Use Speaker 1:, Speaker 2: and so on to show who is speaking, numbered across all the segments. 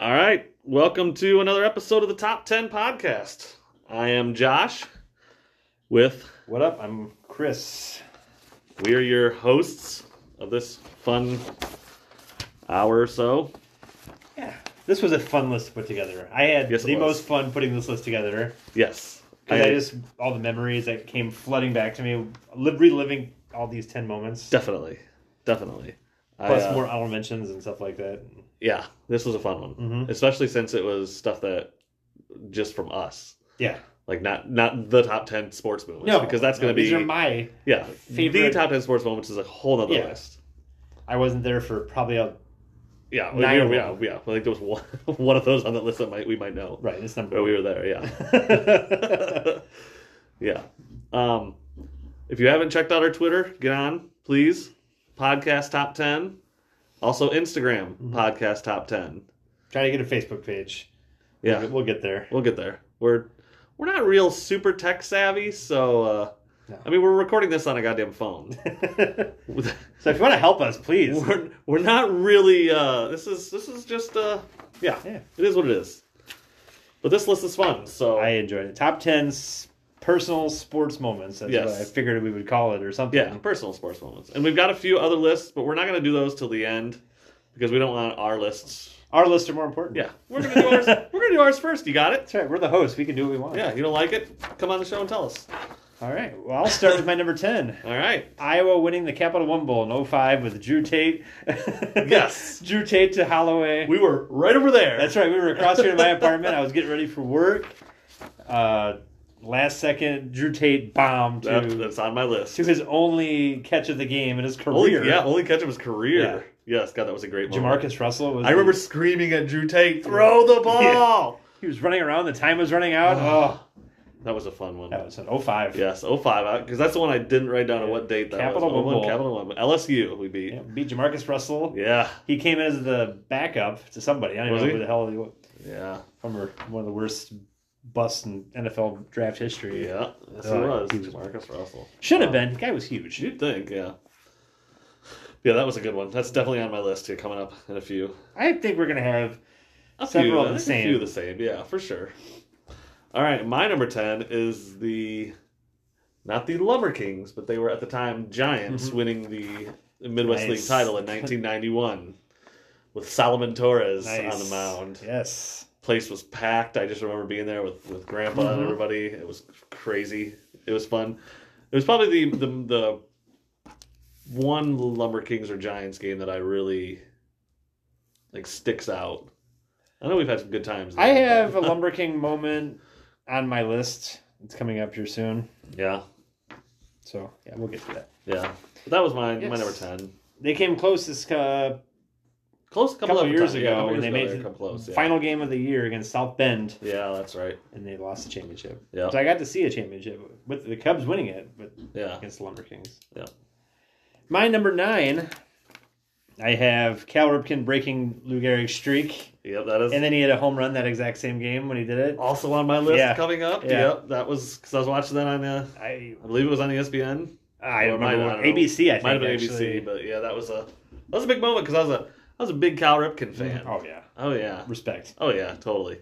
Speaker 1: All right. Welcome to another episode of the Top 10 Podcast. I am Josh with,
Speaker 2: What up? I'm Chris.
Speaker 1: we are your hosts of this fun hour or so.
Speaker 2: Yeah. This was a fun list to put together. I had
Speaker 1: Yes, it
Speaker 2: the
Speaker 1: was.
Speaker 2: most fun putting this list together
Speaker 1: Yes.
Speaker 2: because I, just all the memories that came flooding back to me, li- reliving all these ten moments,
Speaker 1: definitely, definitely. I,
Speaker 2: plus
Speaker 1: uh,
Speaker 2: more honorable mentions and stuff like that.
Speaker 1: Yeah, this was a fun one,
Speaker 2: Mhm.
Speaker 1: especially since it was stuff that just from us,
Speaker 2: Yeah.
Speaker 1: like not not the top ten sports moments, because that's
Speaker 2: no,
Speaker 1: going to
Speaker 2: these
Speaker 1: be
Speaker 2: are my.
Speaker 1: yeah
Speaker 2: favorite-
Speaker 1: the top ten sports moments is a whole nother
Speaker 2: Yeah.
Speaker 1: list.
Speaker 2: I wasn't there for probably a
Speaker 1: Yeah, we,
Speaker 2: Nine
Speaker 1: yeah,
Speaker 2: of
Speaker 1: yeah,
Speaker 2: them.
Speaker 1: yeah. I think there was one, one of those on that list that might we might know.
Speaker 2: right. This
Speaker 1: But
Speaker 2: number.
Speaker 1: Oh, we were there, yeah. yeah. Um, if you haven't checked out our Twitter, get on, please. Podcast Top 10. Also, Instagram,
Speaker 2: Mm-hmm.
Speaker 1: Podcast Top 10.
Speaker 2: Try to get a Facebook page.
Speaker 1: Yeah,
Speaker 2: We'll get there.
Speaker 1: we'll get there. We're we're not real super tech savvy, so uh,
Speaker 2: No.
Speaker 1: I mean, we're recording this on a goddamn phone.
Speaker 2: so if you want to help us, please.
Speaker 1: we're, we're not really. Uh, this is this is just uh, yeah,
Speaker 2: Yeah.
Speaker 1: it is what it is. But this list is fun, so
Speaker 2: I enjoyed it. Top ten s- personal sports moments. That's
Speaker 1: Yes.
Speaker 2: what I figured we would call it or something.
Speaker 1: Yeah, personal sports moments. And we've got a few other lists, but we're not going to do those till the end because we don't want our lists.
Speaker 2: Our lists are more important.
Speaker 1: Yeah, we're going to do ours. we're going to do ours first. You got it?
Speaker 2: That's right. We're the hosts. We can do what we want.
Speaker 1: Yeah, you don't like it? Come on the show and tell us.
Speaker 2: All right. Well, I'll start with my number 10.
Speaker 1: All right.
Speaker 2: Iowa winning the Capital One Bowl in 05 with Drew Tate.
Speaker 1: Yes.
Speaker 2: Drew Tate to Holloway.
Speaker 1: We were right over there.
Speaker 2: That's right. We were across here in my apartment. I was getting ready for work. Uh, last second, Drew Tate bombed to,
Speaker 1: That- that's on my list.
Speaker 2: to his only catch of the game in his
Speaker 1: Only,
Speaker 2: career.
Speaker 1: yeah, only catch of his career. Yes, God, that was a great moment.
Speaker 2: Jamarcus Russell was.
Speaker 1: I remember screaming at Drew Tate, throw the ball.
Speaker 2: he was running around. The time was running out. Oh,
Speaker 1: That was a fun one.
Speaker 2: that was an 05.
Speaker 1: Yes, 05, because that's the one I didn't write down on what date that
Speaker 2: Capital
Speaker 1: was. 01,
Speaker 2: One Bowl.
Speaker 1: Capital One. LSU we beat.
Speaker 2: Yeah, beat Jamarcus Russell.
Speaker 1: Yeah,
Speaker 2: He came in as the backup to somebody. I don't
Speaker 1: Was
Speaker 2: know
Speaker 1: he?
Speaker 2: who the hell he was.
Speaker 1: yeah,
Speaker 2: From her- one of the worst busts in NFL draft history.
Speaker 1: yeah. Yes,
Speaker 2: Uh,
Speaker 1: it was.
Speaker 2: he was-
Speaker 1: Jamarcus Russell.
Speaker 2: Should have been. The guy was huge.
Speaker 1: You'd think, yeah. Yeah, that was a good one. That's definitely on my list here, coming up in a few.
Speaker 2: I think we're gonna have.
Speaker 1: A
Speaker 2: Several
Speaker 1: few,
Speaker 2: of the
Speaker 1: I think
Speaker 2: same.
Speaker 1: A few of the same, yeah, for sure. All right, my number 10 is the, not the Lumber Kings, but they were at the time Giants winning the Midwest
Speaker 2: Mm-hmm. Nice.
Speaker 1: League title in 1991 with Solomon Torres
Speaker 2: Nice.
Speaker 1: on the mound.
Speaker 2: Yes.
Speaker 1: Place was packed. I just remember being there with, with Grandpa and
Speaker 2: Mhm.
Speaker 1: everybody. It was crazy. It was fun. It was probably the, the, the one Lumber Kings or Giants game that I really like sticks out. I know we've had some good times.
Speaker 2: I
Speaker 1: there,
Speaker 2: have a
Speaker 1: but-
Speaker 2: Lumber King moment on my list. It's coming up here soon.
Speaker 1: yeah,
Speaker 2: So yeah, we'll get to that.
Speaker 1: yeah. But that was my my
Speaker 2: Yes.
Speaker 1: number ten.
Speaker 2: They came close this uh,
Speaker 1: Close a couple,
Speaker 2: Couple
Speaker 1: of
Speaker 2: years
Speaker 1: times.
Speaker 2: ago
Speaker 1: yeah, a couple years
Speaker 2: when they
Speaker 1: ago
Speaker 2: made
Speaker 1: they
Speaker 2: the
Speaker 1: come close. Yeah.
Speaker 2: final game of the year against South Bend,
Speaker 1: yeah, that's right.
Speaker 2: and they lost the championship.
Speaker 1: Yeah.
Speaker 2: So I got to see a championship with the Cubs winning it, but
Speaker 1: Yeah,
Speaker 2: against the Lumber Kings.
Speaker 1: Yeah.
Speaker 2: My number nine, I have Cal Ripken breaking Lou Gehrig's streak,
Speaker 1: yep. That is
Speaker 2: and then he had a home run that exact same game when he did it.
Speaker 1: also on my list
Speaker 2: Yeah.
Speaker 1: coming up.
Speaker 2: Yeah.
Speaker 1: Yep, that was because I was watching that on. Uh,
Speaker 2: I
Speaker 1: I believe it was on ESPN.
Speaker 2: I
Speaker 1: Or
Speaker 2: don't
Speaker 1: it might-
Speaker 2: remember
Speaker 1: I don't
Speaker 2: what-
Speaker 1: know.
Speaker 2: ABC. I think
Speaker 1: Might have been
Speaker 2: actually.
Speaker 1: ABC, but yeah, that was a that was a big moment because I was a I was a big Cal Ripken fan.
Speaker 2: Oh yeah,
Speaker 1: Oh yeah,
Speaker 2: respect.
Speaker 1: oh yeah, totally.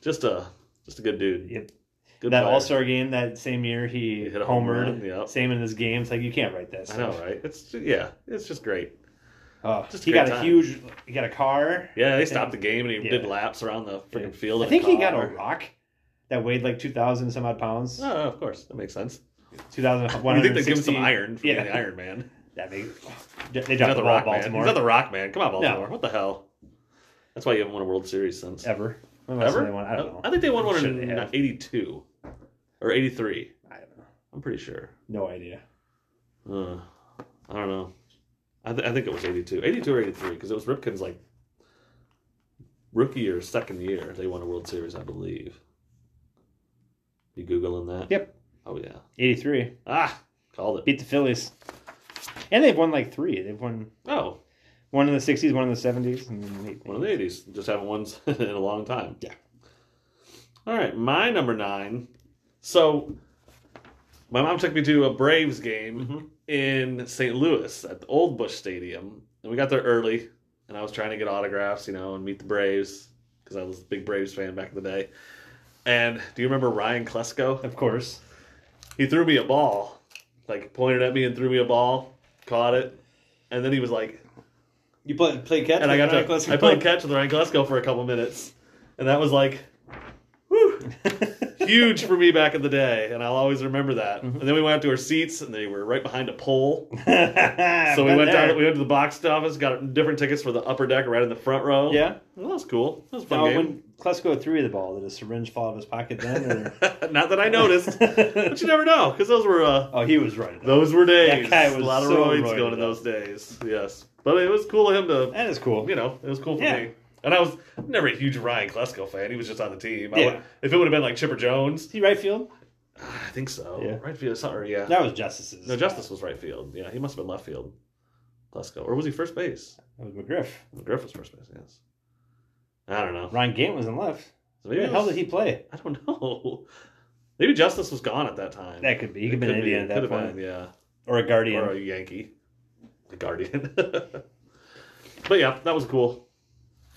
Speaker 1: Just a just a good dude.
Speaker 2: Yep.
Speaker 1: Good
Speaker 2: that
Speaker 1: player.
Speaker 2: All Star game that same year he,
Speaker 1: He hit a home
Speaker 2: homered.
Speaker 1: run, yep.
Speaker 2: Same in this game. It's like you can't write this.
Speaker 1: I know, right? It's yeah, it's just great.
Speaker 2: Oh,
Speaker 1: Just a
Speaker 2: he
Speaker 1: great
Speaker 2: got a
Speaker 1: time.
Speaker 2: huge. He got a car.
Speaker 1: Yeah, they stopped the game and he
Speaker 2: Yeah.
Speaker 1: did laps around the freaking field.
Speaker 2: I
Speaker 1: in
Speaker 2: think
Speaker 1: a
Speaker 2: he got a
Speaker 1: car.
Speaker 2: rock that weighed like two thousand some odd pounds.
Speaker 1: Oh, of course, that makes sense.
Speaker 2: Two thousand one
Speaker 1: You think
Speaker 2: hundred.
Speaker 1: they give him some iron for
Speaker 2: Yeah.
Speaker 1: being the Iron Man?
Speaker 2: That makes they
Speaker 1: He's
Speaker 2: dropped
Speaker 1: not
Speaker 2: the
Speaker 1: the
Speaker 2: ball
Speaker 1: Rock
Speaker 2: at Baltimore
Speaker 1: man. He's not the Rock man. Come on, Baltimore. What the hell? That's why you haven't won a World Series since
Speaker 2: ever. When was the last
Speaker 1: ever.
Speaker 2: time they won? I don't know.
Speaker 1: I think they won one
Speaker 2: Should they
Speaker 1: in
Speaker 2: have?
Speaker 1: '82 or '83.
Speaker 2: I don't know.
Speaker 1: I'm pretty sure.
Speaker 2: No idea.
Speaker 1: Uh, I don't know. I, th- I think it was 82. 82 or 83, because it was Ripken's, like, rookie or second year. They won a World Series, I believe. You Googling that?
Speaker 2: Yep.
Speaker 1: Oh, yeah.
Speaker 2: Eighty three
Speaker 1: Ah, called it.
Speaker 2: beat the Phillies, and they've won like three. They've won
Speaker 1: Oh,
Speaker 2: one in the sixties, one in the seventies, and then eight.
Speaker 1: one of the 80s. Just haven't won in a long time.
Speaker 2: Yeah.
Speaker 1: All right, my number nine. So, my mom took me to a Braves game in St. Louis at the Old Bush Stadium, and we got there early. and I was trying to get autographs, you know, and meet the Braves because I was a big Braves fan back in the day. And do you remember Ryan Klesko?
Speaker 2: Of course.
Speaker 1: He threw me a ball, like pointed at me and threw me a ball, caught it, and then he was like,
Speaker 2: You play, play catch?
Speaker 1: and I got
Speaker 2: with
Speaker 1: to,
Speaker 2: Ryan Klesko?
Speaker 1: I played catch with Ryan Klesko for a couple minutes, and that was like, whew, huge for me back in the day, and I'll always remember that.
Speaker 2: Mm-hmm.
Speaker 1: And then we went out to our seats, and they were right behind a pole, so we
Speaker 2: Been
Speaker 1: went
Speaker 2: there.
Speaker 1: down. We went to the box office, got different tickets for the upper deck, right in the front row.
Speaker 2: Yeah.
Speaker 1: well, that was cool. That was a fun
Speaker 2: Now,
Speaker 1: game.
Speaker 2: when Klesko threw you the ball, did a syringe fall out of his pocket then?
Speaker 1: Not that I noticed,
Speaker 2: Or...
Speaker 1: but you never know, because those were uh,
Speaker 2: oh, he was right. That
Speaker 1: those were days.
Speaker 2: guy was
Speaker 1: a lot of
Speaker 2: so
Speaker 1: roids
Speaker 2: roided
Speaker 1: going in
Speaker 2: up.
Speaker 1: those days. Yes, but it was cool of him to
Speaker 2: is cool.
Speaker 1: you know, it was cool for
Speaker 2: Yeah.
Speaker 1: me. And I was never a huge Ryan Klesko fan. He was just on the team. I
Speaker 2: Yeah.
Speaker 1: would- if it would have been like Chipper Jones,
Speaker 2: Is he right field?
Speaker 1: I think so.
Speaker 2: Yeah.
Speaker 1: Right field, sorry, yeah. No,
Speaker 2: That was Justice's.
Speaker 1: Justice was right field. Yeah, he must have been left field. Klesko. Or was he first base?
Speaker 2: That was McGriff.
Speaker 1: McGriff was first base, yes. I don't know.
Speaker 2: Ryan Gant was in left.
Speaker 1: So
Speaker 2: Where
Speaker 1: maybe
Speaker 2: the
Speaker 1: it
Speaker 2: hell
Speaker 1: was-
Speaker 2: did he play?
Speaker 1: I don't know. Maybe Justice was gone at that time.
Speaker 2: That could be. He
Speaker 1: It
Speaker 2: could have been an Indian at that
Speaker 1: could have
Speaker 2: point.
Speaker 1: been, yeah.
Speaker 2: Or a Guardian.
Speaker 1: Or a Yankee. The Guardian. but yeah, that was cool.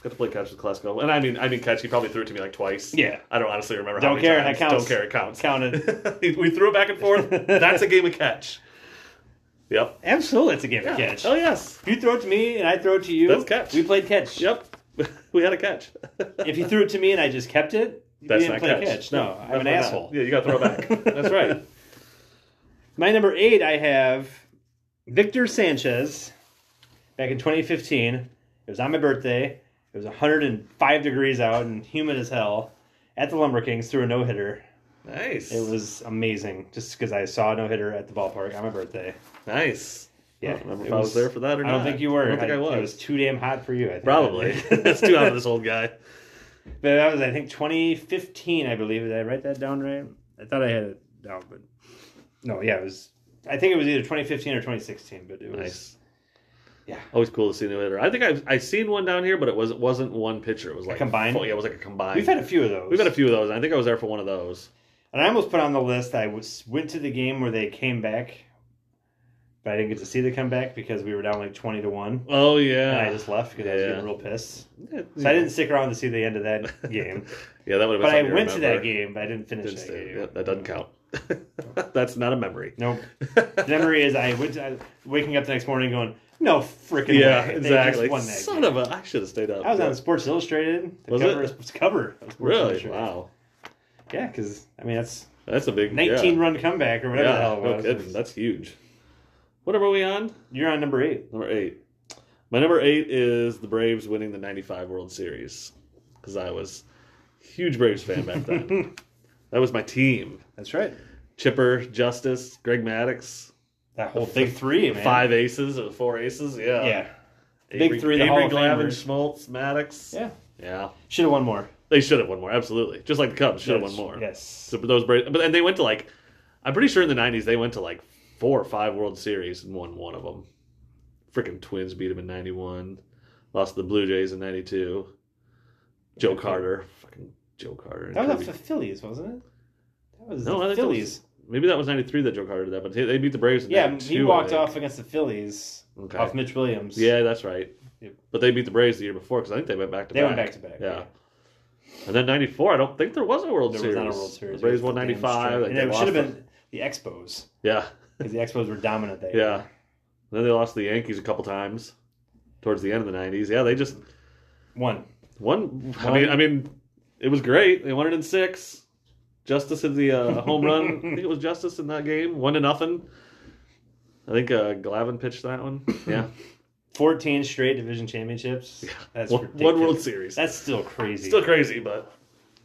Speaker 1: Got to play catch with Klesko. And I mean I mean catch, he probably threw it to me like twice.
Speaker 2: Yeah.
Speaker 1: I don't honestly remember how
Speaker 2: Don't
Speaker 1: many
Speaker 2: care,
Speaker 1: times.
Speaker 2: that counts.
Speaker 1: Don't care, it counts.
Speaker 2: Counted.
Speaker 1: we threw it back and forth. That's a game of catch. Yep.
Speaker 2: Absolutely, it's a game of catch.
Speaker 1: Oh yes.
Speaker 2: You throw it to me and I throw it to you.
Speaker 1: That's catch.
Speaker 2: We played catch.
Speaker 1: Yep. we had a catch.
Speaker 2: If you threw it to me and I just kept it,
Speaker 1: That's
Speaker 2: we
Speaker 1: not
Speaker 2: didn't play
Speaker 1: catch.
Speaker 2: catch. No, I'm an
Speaker 1: definitely not.
Speaker 2: asshole.
Speaker 1: Yeah, you gotta throw it back. That's right.
Speaker 2: My number eight, I have Victor Sanchez. Back in 2015, it was on my birthday. It was 105 degrees out and humid as hell. At the Lumber Kings, threw a no hitter.
Speaker 1: Nice.
Speaker 2: It was amazing, just because I saw a no hitter at the ballpark on my birthday.
Speaker 1: nice. I
Speaker 2: Yeah,
Speaker 1: don't remember
Speaker 2: it
Speaker 1: if I was
Speaker 2: was-
Speaker 1: there for that or
Speaker 2: I
Speaker 1: not.
Speaker 2: don't think you were.
Speaker 1: I don't think I, was.
Speaker 2: It was too damn hot for you. I think.
Speaker 1: Probably. That's too out of this old guy.
Speaker 2: But that was, I think, 2015. I believe. Did I write that down right? I thought I had it down, but no. Yeah, it was. I think it was either 2015 or 2016. But it was.
Speaker 1: Nice.
Speaker 2: Yeah.
Speaker 1: Always cool to see a new hitter. I think I've I seen one down here, but it was it wasn't one pitcher. It was like
Speaker 2: combined?
Speaker 1: full- yeah, it was like a combined.
Speaker 2: We've had a few of those.
Speaker 1: We've had a few of those. I think I was there for one of those.
Speaker 2: And I almost put on the list. I was went to the game where they came back, but I didn't get to see the comeback because we were down like twenty to one,
Speaker 1: Oh
Speaker 2: and I
Speaker 1: yeah.
Speaker 2: just left because I was
Speaker 1: Yeah.
Speaker 2: getting real pissed. So
Speaker 1: yeah.
Speaker 2: I didn't stick around to see the end of that game.
Speaker 1: Yeah, that would have been
Speaker 2: but I
Speaker 1: something
Speaker 2: went to
Speaker 1: remember.
Speaker 2: that game, but I didn't finish
Speaker 1: Didn't
Speaker 2: that
Speaker 1: stay-
Speaker 2: game.
Speaker 1: yeah, that doesn't count. That's not a memory.
Speaker 2: Nope. The memory is I went to, I, waking up the next morning going, no freaking
Speaker 1: yeah,
Speaker 2: way. They just
Speaker 1: exactly.
Speaker 2: won that
Speaker 1: Son
Speaker 2: game.
Speaker 1: of a, I should have stayed up.
Speaker 2: I was
Speaker 1: yeah.
Speaker 2: on Sports Illustrated. The
Speaker 1: Was
Speaker 2: cover,
Speaker 1: it?
Speaker 2: is- cover. Of Sports
Speaker 1: Really?
Speaker 2: Illustrated.
Speaker 1: Wow.
Speaker 2: Yeah, because I mean that's
Speaker 1: That's a big
Speaker 2: nineteen
Speaker 1: Yeah,
Speaker 2: run comeback or whatever the
Speaker 1: yeah
Speaker 2: hell it
Speaker 1: no
Speaker 2: was.
Speaker 1: kidding. That's huge. What are we on?
Speaker 2: You're on number eight.
Speaker 1: Number eight. My number eight is the Braves winning the '95 World Series because I was a huge Braves fan back then. that was my team:
Speaker 2: That's right.
Speaker 1: Chipper, Justice, Greg Maddox,
Speaker 2: That whole big three, man.
Speaker 1: five uh, aces or four aces. Yeah,
Speaker 2: Yeah. Big
Speaker 1: Avery,
Speaker 2: three, the
Speaker 1: Avery
Speaker 2: Hall of
Speaker 1: Glavine,
Speaker 2: Famers.
Speaker 1: Schmaltz, Maddox.
Speaker 2: Yeah.
Speaker 1: yeah.
Speaker 2: Should have won more.
Speaker 1: They should have won more. Absolutely, just like the Cubs should have won more.
Speaker 2: Yes.
Speaker 1: So but those Braves, but and they went to like, I'm pretty sure in the '90s they went to like four or five World Series and won one of them. Freaking Twins beat them in '91, lost to the Blue Jays in '92. Joe
Speaker 2: Okay.
Speaker 1: Carter, fucking Joe Carter. and
Speaker 2: That was
Speaker 1: Kirby-
Speaker 2: the Phillies, wasn't it? That was
Speaker 1: No, I
Speaker 2: the
Speaker 1: think that was-
Speaker 2: Phillies.
Speaker 1: Maybe that was '93 that Joe Carter did that, but they they beat the Braves. In
Speaker 2: Yeah,
Speaker 1: 92,
Speaker 2: he
Speaker 1: I
Speaker 2: walked
Speaker 1: think.
Speaker 2: off against the Phillies
Speaker 1: Okay.
Speaker 2: off Mitch Williams.
Speaker 1: Yeah, that's right.
Speaker 2: Yep.
Speaker 1: But they beat the Braves the year before because I think they went back to
Speaker 2: They
Speaker 1: back.
Speaker 2: went back to back.
Speaker 1: Yeah. And then '94, I don't think there was a World
Speaker 2: There
Speaker 1: Series.
Speaker 2: was not a World Series.
Speaker 1: The Braves
Speaker 2: It
Speaker 1: won
Speaker 2: was the damn
Speaker 1: '95.
Speaker 2: strike.
Speaker 1: like,
Speaker 2: And
Speaker 1: they
Speaker 2: it
Speaker 1: lost
Speaker 2: should have
Speaker 1: the-
Speaker 2: been the Expos
Speaker 1: Yeah.
Speaker 2: because the Expos were dominant there.
Speaker 1: Yeah. And then they lost to the Yankees a couple times towards the end of the '90s. Yeah, they just
Speaker 2: One.
Speaker 1: won. I
Speaker 2: Won.
Speaker 1: mean, I mean, it was great. They won it in six. Justice hit the uh, home run. I think it was Justice in that game. One to nothing. I think uh, Glavin pitched that one. Yeah,
Speaker 2: 14 straight division championships. That's
Speaker 1: one,
Speaker 2: ridiculous.
Speaker 1: one World Series.
Speaker 2: That's still crazy.
Speaker 1: Still crazy, but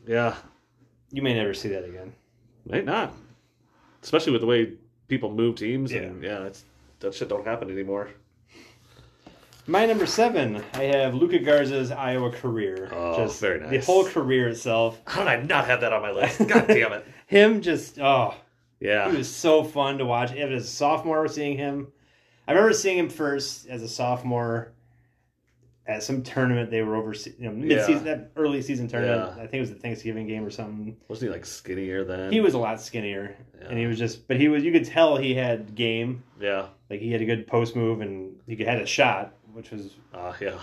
Speaker 1: yeah,
Speaker 2: you may never see that again.
Speaker 1: may not. Especially with the way people move teams. and yeah it's, that shit don't happen anymore.
Speaker 2: My number seven, I have Luca Garza's Iowa career.
Speaker 1: Oh, very nice.
Speaker 2: The whole career itself.
Speaker 1: How did I not have that on my list? God damn it!
Speaker 2: Him just, oh,
Speaker 1: Yeah,
Speaker 2: He was so fun to watch. It was a sophomore seeing him. I remember seeing him first as a sophomore at some tournament they were overseas, you know, mid-season, that early season tournament.
Speaker 1: Yeah.
Speaker 2: I think it was the Thanksgiving game or something.
Speaker 1: wasn't he like skinnier then?
Speaker 2: He was a lot skinnier,
Speaker 1: Yeah.
Speaker 2: and he was just, but he was. You could tell he had game.
Speaker 1: Yeah.
Speaker 2: Like he had a good post move, and he had a shot, which was
Speaker 1: Uh, yeah.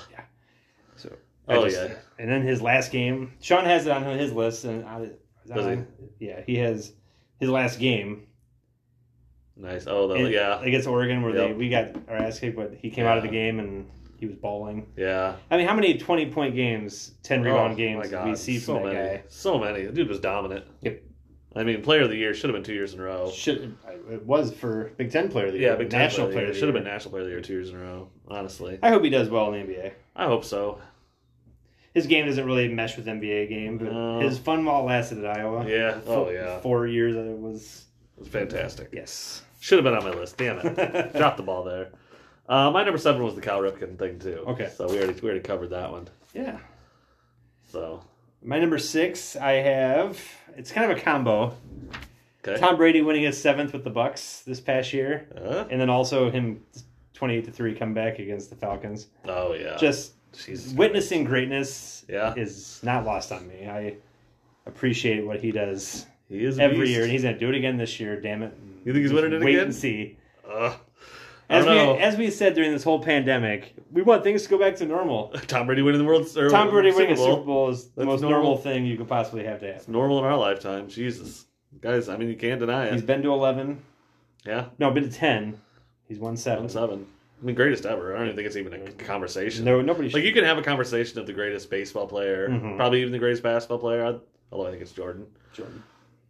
Speaker 2: So I
Speaker 1: Oh
Speaker 2: just-
Speaker 1: yeah,
Speaker 2: And then his last game, Sean has it on his list, and I,
Speaker 1: Does he?
Speaker 2: yeah, he has his last game
Speaker 1: nice. Oh the,
Speaker 2: in-
Speaker 1: yeah,
Speaker 2: against Oregon, where they
Speaker 1: Yep.
Speaker 2: we got our ass kicked, but he came out of the
Speaker 1: Yeah.
Speaker 2: game and he was bawling.
Speaker 1: yeah.
Speaker 2: I mean, how many twenty point games, ten rebound
Speaker 1: Oh,
Speaker 2: games
Speaker 1: my
Speaker 2: did
Speaker 1: God.
Speaker 2: we see
Speaker 1: so
Speaker 2: from that
Speaker 1: many, so many. The dude was dominant.
Speaker 2: Yep.
Speaker 1: I mean, player of the year should have been two years in a row.
Speaker 2: guy? Should, it was for Big Ten player of the year,
Speaker 1: Yeah, big Ten
Speaker 2: national
Speaker 1: player. of the year.
Speaker 2: player. of the
Speaker 1: Should have been
Speaker 2: year.
Speaker 1: national player of the year two years in a row. Honestly,
Speaker 2: I hope he does well in the NBA.
Speaker 1: I hope so.
Speaker 2: His game doesn't really mesh with NBA game, but
Speaker 1: No.
Speaker 2: his fun while it lasted at Iowa.
Speaker 1: Yeah. Oh yeah.
Speaker 2: four years that it was.
Speaker 1: It was fantastic.
Speaker 2: Yes.
Speaker 1: Should have been on my list. Damn it. Dropped the ball there. Uh, my number seven was the Cal Ripken thing too.
Speaker 2: Okay.
Speaker 1: So we already we already covered that one.
Speaker 2: yeah.
Speaker 1: So
Speaker 2: My number six, I have. It's kind of a combo.
Speaker 1: okay.
Speaker 2: Tom Brady winning his seventh with the Bucks this past year,
Speaker 1: Huh?
Speaker 2: and then also him twenty-eight to three comeback against the Falcons.
Speaker 1: oh yeah.
Speaker 2: Just
Speaker 1: Jesus.
Speaker 2: witnessing greatness
Speaker 1: Yeah.
Speaker 2: is not lost on me. I appreciate what he does
Speaker 1: He is a
Speaker 2: every
Speaker 1: beast.
Speaker 2: year, and he's gonna do it again this year. Damn it!
Speaker 1: You think he's winning it
Speaker 2: Wait
Speaker 1: again?
Speaker 2: and see.
Speaker 1: Ugh. I
Speaker 2: As
Speaker 1: don't
Speaker 2: we
Speaker 1: know.
Speaker 2: as we said during this whole pandemic, we want things to go back to normal.
Speaker 1: Tom Brady winning the world. Or
Speaker 2: Tom Brady
Speaker 1: Super
Speaker 2: winning a
Speaker 1: Bowl.
Speaker 2: Super Bowl is the
Speaker 1: That's
Speaker 2: most
Speaker 1: normal.
Speaker 2: normal. thing you could possibly have to
Speaker 1: It's
Speaker 2: have.
Speaker 1: normal in our lifetime. Jesus, guys. I mean, you can't deny
Speaker 2: He's
Speaker 1: it.
Speaker 2: been to eleven.
Speaker 1: Yeah.
Speaker 2: No, been to ten. He's won seven.
Speaker 1: One seven. I mean, greatest ever. I don't even think it's even a conversation.
Speaker 2: No, nobody.
Speaker 1: Like
Speaker 2: should.
Speaker 1: you can have a conversation of the greatest baseball player,
Speaker 2: Mhm.
Speaker 1: probably even the greatest basketball player. I'd- Although I think it's Jordan.
Speaker 2: Jordan.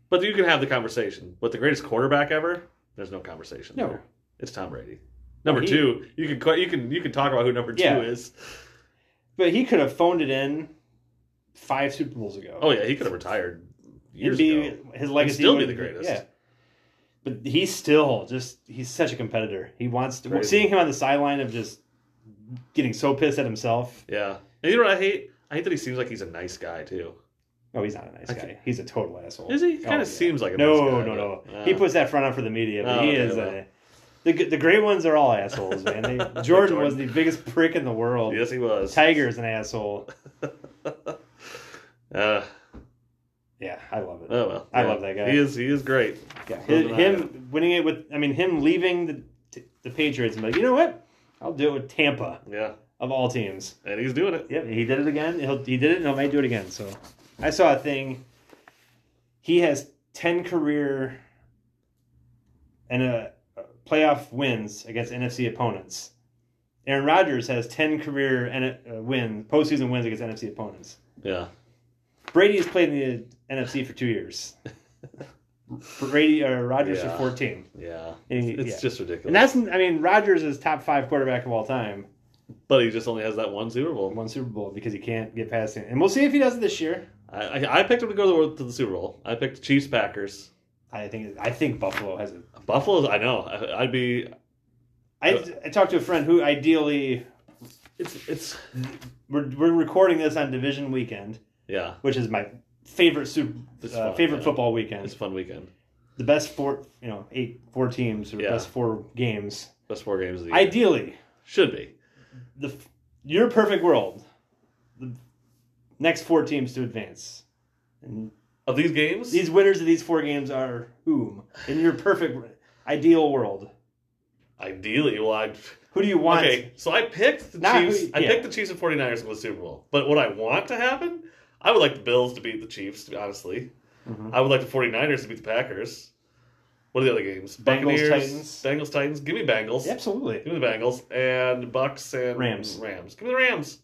Speaker 1: But you can have the conversation. But the greatest quarterback ever, there's no conversation.
Speaker 2: No.
Speaker 1: there. it's Tom Brady. Number
Speaker 2: He-
Speaker 1: two, you can que- you can you can talk about who number two
Speaker 2: Yeah.
Speaker 1: is.
Speaker 2: But he could have phoned it in five Super Bowls ago.
Speaker 1: Oh yeah, he could have retired years
Speaker 2: It'd be-
Speaker 1: ago.
Speaker 2: His legacy
Speaker 1: still be
Speaker 2: would-
Speaker 1: the greatest.
Speaker 2: Yeah. But he's still just he's such a competitor. He wants to
Speaker 1: Crazy.
Speaker 2: seeing him on the sideline of just getting so pissed at himself.
Speaker 1: Yeah, and you know what I hate? I hate that he seems like he's a nice guy too.
Speaker 2: Oh, he's not a nice
Speaker 1: I
Speaker 2: guy. He's a total asshole.
Speaker 1: Is he?
Speaker 2: Oh,
Speaker 1: Kind of
Speaker 2: yeah.
Speaker 1: seems like a
Speaker 2: no,
Speaker 1: nice guy.
Speaker 2: no, no.
Speaker 1: but- uh,
Speaker 2: He
Speaker 1: Yeah.
Speaker 2: puts that front on for the media, but
Speaker 1: Oh,
Speaker 2: he
Speaker 1: okay,
Speaker 2: is
Speaker 1: well.
Speaker 2: a, the g- the great ones are all assholes, man. They, Jordan,
Speaker 1: Jordan.
Speaker 2: was the biggest prick in the world.
Speaker 1: Yes, he was.
Speaker 2: Tiger's an asshole.
Speaker 1: Uh,
Speaker 2: Yeah, I love it.
Speaker 1: oh well,
Speaker 2: I
Speaker 1: Yeah.
Speaker 2: love that guy.
Speaker 1: He is he is great.
Speaker 2: Yeah,
Speaker 1: Who
Speaker 2: him,
Speaker 1: denied
Speaker 2: him winning it with, I mean, him leaving the the Patriots and be like, you know what? I'll do it with Tampa
Speaker 1: Yeah,
Speaker 2: of all teams.
Speaker 1: and he's doing it.
Speaker 2: Yep, he did it again. He'll, he did it, and he might do it again. So, I saw a thing. He has ten career and a playoff wins against NFC opponents. Aaron Rodgers has ten career and uh, win postseason wins against NFC opponents.
Speaker 1: Yeah,
Speaker 2: Brady has played in the NFC for two years. Brady uh, Rodgers
Speaker 1: Yeah.
Speaker 2: for fourteen.
Speaker 1: yeah.
Speaker 2: And he-
Speaker 1: It's
Speaker 2: yeah.
Speaker 1: just ridiculous.
Speaker 2: And that's, I mean, Rodgers is top five quarterback of all time.
Speaker 1: but he just only has that one Super Bowl.
Speaker 2: One Super Bowl because he can't get past him. And we'll see if he does it this year.
Speaker 1: I, I, I picked him to go to the, World- to the Super Bowl. I picked Chiefs Packers.
Speaker 2: I think I think Buffalo has it.
Speaker 1: Buffalo's. I know. I, I'd be.
Speaker 2: I, I talked to a friend who ideally
Speaker 1: It's it's
Speaker 2: we're, we're recording this on division weekend,
Speaker 1: yeah.
Speaker 2: which is my favorite super
Speaker 1: It's
Speaker 2: uh,
Speaker 1: fun,
Speaker 2: favorite
Speaker 1: yeah.
Speaker 2: football
Speaker 1: It's a
Speaker 2: weekend.
Speaker 1: fun weekend.
Speaker 2: The best four, you know, eight four teams or
Speaker 1: Yeah.
Speaker 2: best four games.
Speaker 1: Best four games of the year.
Speaker 2: Ideally,
Speaker 1: Should be.
Speaker 2: the f- your perfect world, the next four teams to advance. And
Speaker 1: Of these games,
Speaker 2: These winners of these four games are whom in your perfect ideal world?
Speaker 1: ideally, well, I'd.
Speaker 2: Who do you want?
Speaker 1: Okay, so I picked the
Speaker 2: Not who-
Speaker 1: Chiefs. I
Speaker 2: yeah.
Speaker 1: picked the Chiefs and 49ers in the Super Bowl. But what I want to happen, I would like the Bills to beat the Chiefs, to be honestly.
Speaker 2: Mhm.
Speaker 1: I would like the 49ers to beat the Packers. What are the other games?
Speaker 2: Bengals,
Speaker 1: Buccaneers,
Speaker 2: Titans.
Speaker 1: Bengals, Titans. Give me Bengals.
Speaker 2: Absolutely.
Speaker 1: Give me the Bengals. And Bucks and
Speaker 2: Rams.
Speaker 1: Rams. Give me the Rams.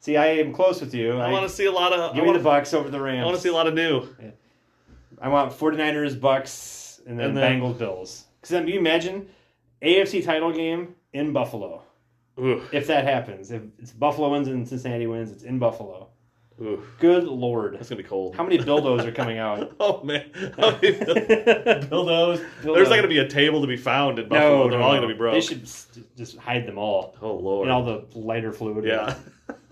Speaker 2: See, I am close with you.
Speaker 1: I,
Speaker 2: I
Speaker 1: want to see a lot of.
Speaker 2: give
Speaker 1: I
Speaker 2: me the
Speaker 1: wanna,
Speaker 2: Bucks over the Rams.
Speaker 1: I want to see a lot of new.
Speaker 2: I want 49ers, Bucks, and then,
Speaker 1: And then-
Speaker 2: Bengals, Bills. Because then you imagine AFC title game in Buffalo.
Speaker 1: Ooh,
Speaker 2: If that happens, if it's Buffalo wins and Cincinnati wins, it's in Buffalo.
Speaker 1: ooh,
Speaker 2: Good lord,
Speaker 1: that's gonna be cold.
Speaker 2: how many dildos are coming out?
Speaker 1: Oh man, how many dildos? There's not gonna be a table to be found in Buffalo.
Speaker 2: No,
Speaker 1: They're
Speaker 2: no,
Speaker 1: all
Speaker 2: no.
Speaker 1: gonna be broke.
Speaker 2: They should s- just hide them all
Speaker 1: Oh lord.
Speaker 2: and all the lighter fluid.
Speaker 1: Yeah.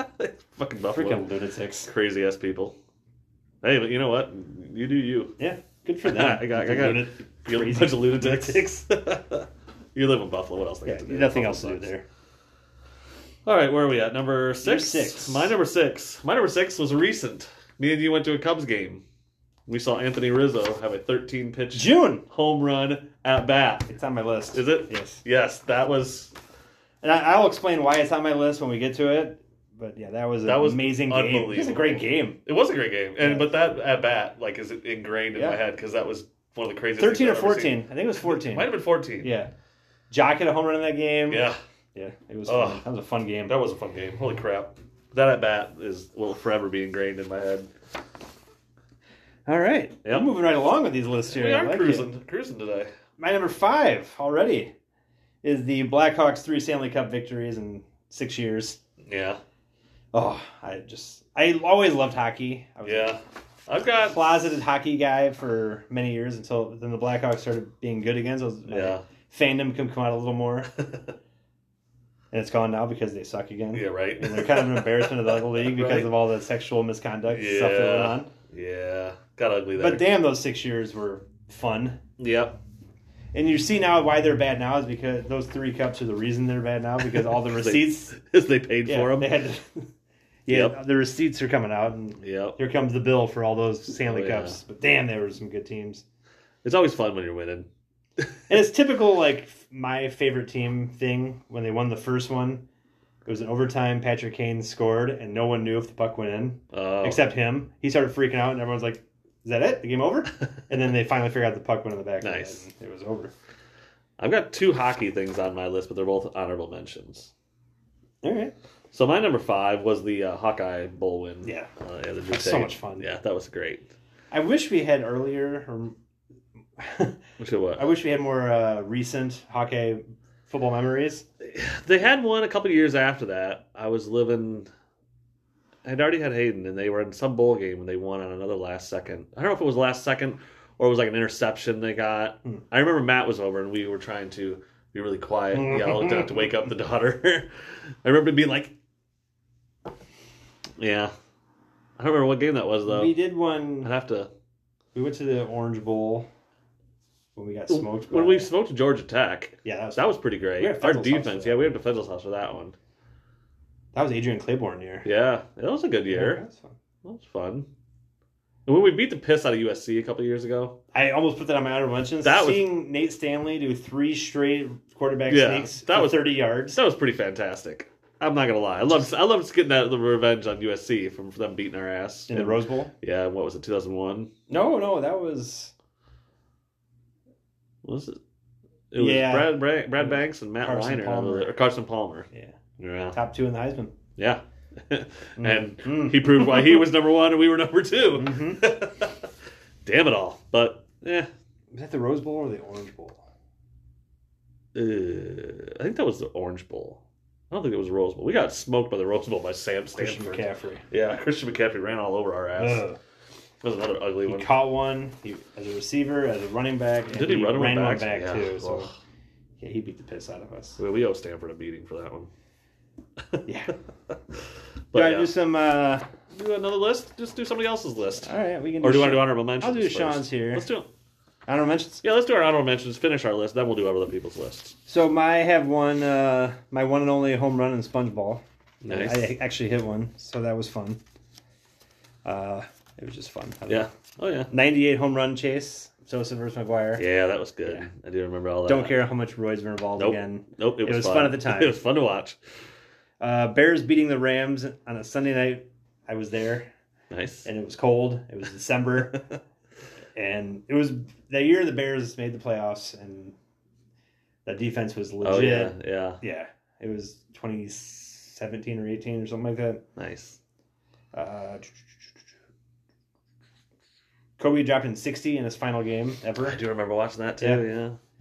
Speaker 1: Fucking Buffalo.
Speaker 2: freaking lunatics.
Speaker 1: Crazy ass people. Hey, but you know what? You do you.
Speaker 2: Yeah, good for them.
Speaker 1: I got, I got you a
Speaker 2: Crazy
Speaker 1: bunch of lunatics. you live in Buffalo. What else? they got to
Speaker 2: Yeah,
Speaker 1: do?
Speaker 2: nothing
Speaker 1: Buffalo
Speaker 2: else to do
Speaker 1: sucks.
Speaker 2: there.
Speaker 1: All right, where are we at? Number six.
Speaker 2: six.
Speaker 1: My number six. My number six was recent. Me and you went to a Cubs game. We saw Anthony Rizzo have a 13 pitch
Speaker 2: June.
Speaker 1: home run at bat.
Speaker 2: It's on my list.
Speaker 1: Is it?
Speaker 2: Yes.
Speaker 1: Yes, that was
Speaker 2: And I, I'll explain why it's on my list when we get to it. But yeah, that was
Speaker 1: That
Speaker 2: an
Speaker 1: was
Speaker 2: amazing game. It was a
Speaker 1: unbelievable.
Speaker 2: great game.
Speaker 1: It was a great game, and
Speaker 2: Yeah.
Speaker 1: but that at bat like is ingrained in
Speaker 2: Yeah.
Speaker 1: my head because that was one of the craziest.
Speaker 2: Thirteen or
Speaker 1: things I've ever
Speaker 2: fourteen? I think it was
Speaker 1: seen.
Speaker 2: fourteen.
Speaker 1: Might have been fourteen.
Speaker 2: Yeah, Jock had a home run in that game.
Speaker 1: yeah,
Speaker 2: yeah, it was.
Speaker 1: Ugh.
Speaker 2: Fun. That was a fun game.
Speaker 1: that was a fun game. Holy crap! That at bat is will forever be ingrained in my head.
Speaker 2: All right,
Speaker 1: Yep.
Speaker 2: I'm moving right along with these lists here.
Speaker 1: We
Speaker 2: I
Speaker 1: are
Speaker 2: like it.
Speaker 1: cruising, cruising today.
Speaker 2: My number five already is the Blackhawks' three Stanley Cup victories in six years.
Speaker 1: Yeah,
Speaker 2: Oh, I just I always loved hockey. I was
Speaker 1: yeah. I've
Speaker 2: a
Speaker 1: got
Speaker 2: closeted hockey guy for many years until then the Blackhawks started being good again. So it was- my
Speaker 1: yeah,
Speaker 2: fandom can come out a little more, and it's gone now because they suck again.
Speaker 1: yeah, right.
Speaker 2: And they're kind of an embarrassment to the league because
Speaker 1: Right.
Speaker 2: of all the sexual misconduct stuff that
Speaker 1: Yeah.
Speaker 2: went on.
Speaker 1: yeah, got ugly there.
Speaker 2: But damn, those six years were fun.
Speaker 1: yeah,
Speaker 2: And you see now why they're bad now is because those three cups are the reason they're bad now because all the
Speaker 1: 'Cause
Speaker 2: receipts
Speaker 1: they, 'cause they paid
Speaker 2: yeah,
Speaker 1: for them.
Speaker 2: They had to- yeah,
Speaker 1: Yep.
Speaker 2: the receipts are coming out, and
Speaker 1: yeah,
Speaker 2: here comes the bill for all those Stanley
Speaker 1: Oh, yeah.
Speaker 2: Cups. But damn, there were some good teams.
Speaker 1: it's always fun when you're winning.
Speaker 2: And it's typical like f- my favorite team thing when they won the first one. It was an overtime. Patrick Kane scored, and no one knew if the puck went in
Speaker 1: Oh,
Speaker 2: except him. He started freaking out, and everyone's like, "Is that it? The game over?" and then they finally figured out the puck went in the back. of the
Speaker 1: Nice.
Speaker 2: net, and It was over.
Speaker 1: I've got two hockey things on my list, but they're both honorable mentions.
Speaker 2: All right.
Speaker 1: So my number five was the uh, Hawkeye Bowl win.
Speaker 2: Yeah.
Speaker 1: uh, yeah, the Drew
Speaker 2: That's so
Speaker 1: Tate.
Speaker 2: much fun.
Speaker 1: Yeah, that was great.
Speaker 2: I wish we had earlier, or
Speaker 1: Which it
Speaker 2: I
Speaker 1: was.
Speaker 2: wish we had more uh, recent hockey football memories.
Speaker 1: They had one a couple years after that. I was living. I'd already had Hayden, and they were in some bowl game, and they won on another last second. I don't know if it was last second or it was like an interception they got.
Speaker 2: Hmm.
Speaker 1: I remember Matt was over, and we were trying to be really quiet, and yell, not to wake up the daughter. I remember being like, "Yeah." I don't remember what game that was though.
Speaker 2: we did
Speaker 1: I'd
Speaker 2: one.
Speaker 1: have to
Speaker 2: We went to the Orange Bowl when we got smoked.
Speaker 1: when
Speaker 2: by-
Speaker 1: we smoked Georgia Tech.
Speaker 2: yeah, that was
Speaker 1: That was pretty
Speaker 2: We
Speaker 1: great.
Speaker 2: had
Speaker 1: Our
Speaker 2: Fetzel's house
Speaker 1: defense,
Speaker 2: for
Speaker 1: yeah, we had defensive house for that one.
Speaker 2: that was Adrian Claiborne year.
Speaker 1: Yeah, that was a good year.
Speaker 2: Yeah, that's fun.
Speaker 1: That was fun. And when we beat the piss out of USC a couple years ago,
Speaker 2: I almost put that on my honorable mentions.
Speaker 1: That was-
Speaker 2: Seeing Nate Stanley do three straight quarterback
Speaker 1: Yeah,
Speaker 2: sneaks
Speaker 1: that
Speaker 2: for
Speaker 1: was-
Speaker 2: thirty yards.
Speaker 1: that was pretty fantastic. I'm not gonna lie, I loved I loved getting that the revenge on USC from them beating our ass
Speaker 2: in the Rose Bowl?
Speaker 1: Yeah, what was it, 2001?
Speaker 2: No, no, that was
Speaker 1: What was it? It was
Speaker 2: Yeah.
Speaker 1: Brad, Brad
Speaker 2: It was
Speaker 1: Brad Banks and Matt
Speaker 2: Carson
Speaker 1: Reiner
Speaker 2: Palmer.
Speaker 1: or Carson Palmer.
Speaker 2: yeah
Speaker 1: Yeah,
Speaker 2: top two in the Heisman.
Speaker 1: yeah. And
Speaker 2: Mm.
Speaker 1: he proved why he was number one and we were number 2
Speaker 2: Mhm.
Speaker 1: Damn it all! But eh. yeah,
Speaker 2: Was that the Rose Bowl or the Orange Bowl?
Speaker 1: Uh, I think that was the Orange Bowl. I don't think it was Rose Bowl. We got smoked by the Rose Bowl by Sam
Speaker 2: Christian
Speaker 1: Stanford.
Speaker 2: McCaffrey.
Speaker 1: Yeah, Christian McCaffrey ran all over our ass.
Speaker 2: Ugh.
Speaker 1: That was another ugly
Speaker 2: He
Speaker 1: one.
Speaker 2: caught one he, as a receiver, as a running back. and
Speaker 1: Did he run
Speaker 2: ran
Speaker 1: one back? Yeah.
Speaker 2: too? So
Speaker 1: Ugh.
Speaker 2: yeah, he beat the piss out of us.
Speaker 1: Well, we owe Stanford a beating for that one.
Speaker 2: Yeah.
Speaker 1: But
Speaker 2: do I
Speaker 1: yeah.
Speaker 2: do some? Uh,
Speaker 1: do another list? Just do somebody else's list.
Speaker 2: all right, we can.
Speaker 1: Or do you
Speaker 2: Sean-
Speaker 1: want to do honorable mentions?
Speaker 2: do
Speaker 1: first?
Speaker 2: Sean's here.
Speaker 1: Let's do.
Speaker 2: honorable mentions?
Speaker 1: Yeah, let's do our honorable mentions. Finish our list, then we'll do other people's lists.
Speaker 2: So my have one, uh, my one and only home run in SpongeBall.
Speaker 1: Nice.
Speaker 2: I actually hit one, so that was fun. Uh, it was just fun.
Speaker 1: Yeah. Oh yeah.
Speaker 2: 98 home run chase, Sosa versus McGuire.
Speaker 1: Yeah, that was good. I do remember all that.
Speaker 2: Don't care how much Roy's been involved
Speaker 1: Nope.
Speaker 2: again.
Speaker 1: Nope. It was,
Speaker 2: was fun at the time.
Speaker 1: it was fun to watch.
Speaker 2: Uh, Bears beating the Rams on a Sunday night. I was there,
Speaker 1: Nice.
Speaker 2: and it was cold. It was December, and it was the year the Bears made the playoffs, and the defense was legit.
Speaker 1: oh yeah. Yeah.
Speaker 2: Yeah, it was 2017 or 18 or something like that.
Speaker 1: Nice.
Speaker 2: Uh, Kobe dropped in 60 in his final game
Speaker 1: I
Speaker 2: ever
Speaker 1: do remember watching that too.
Speaker 2: Yeah.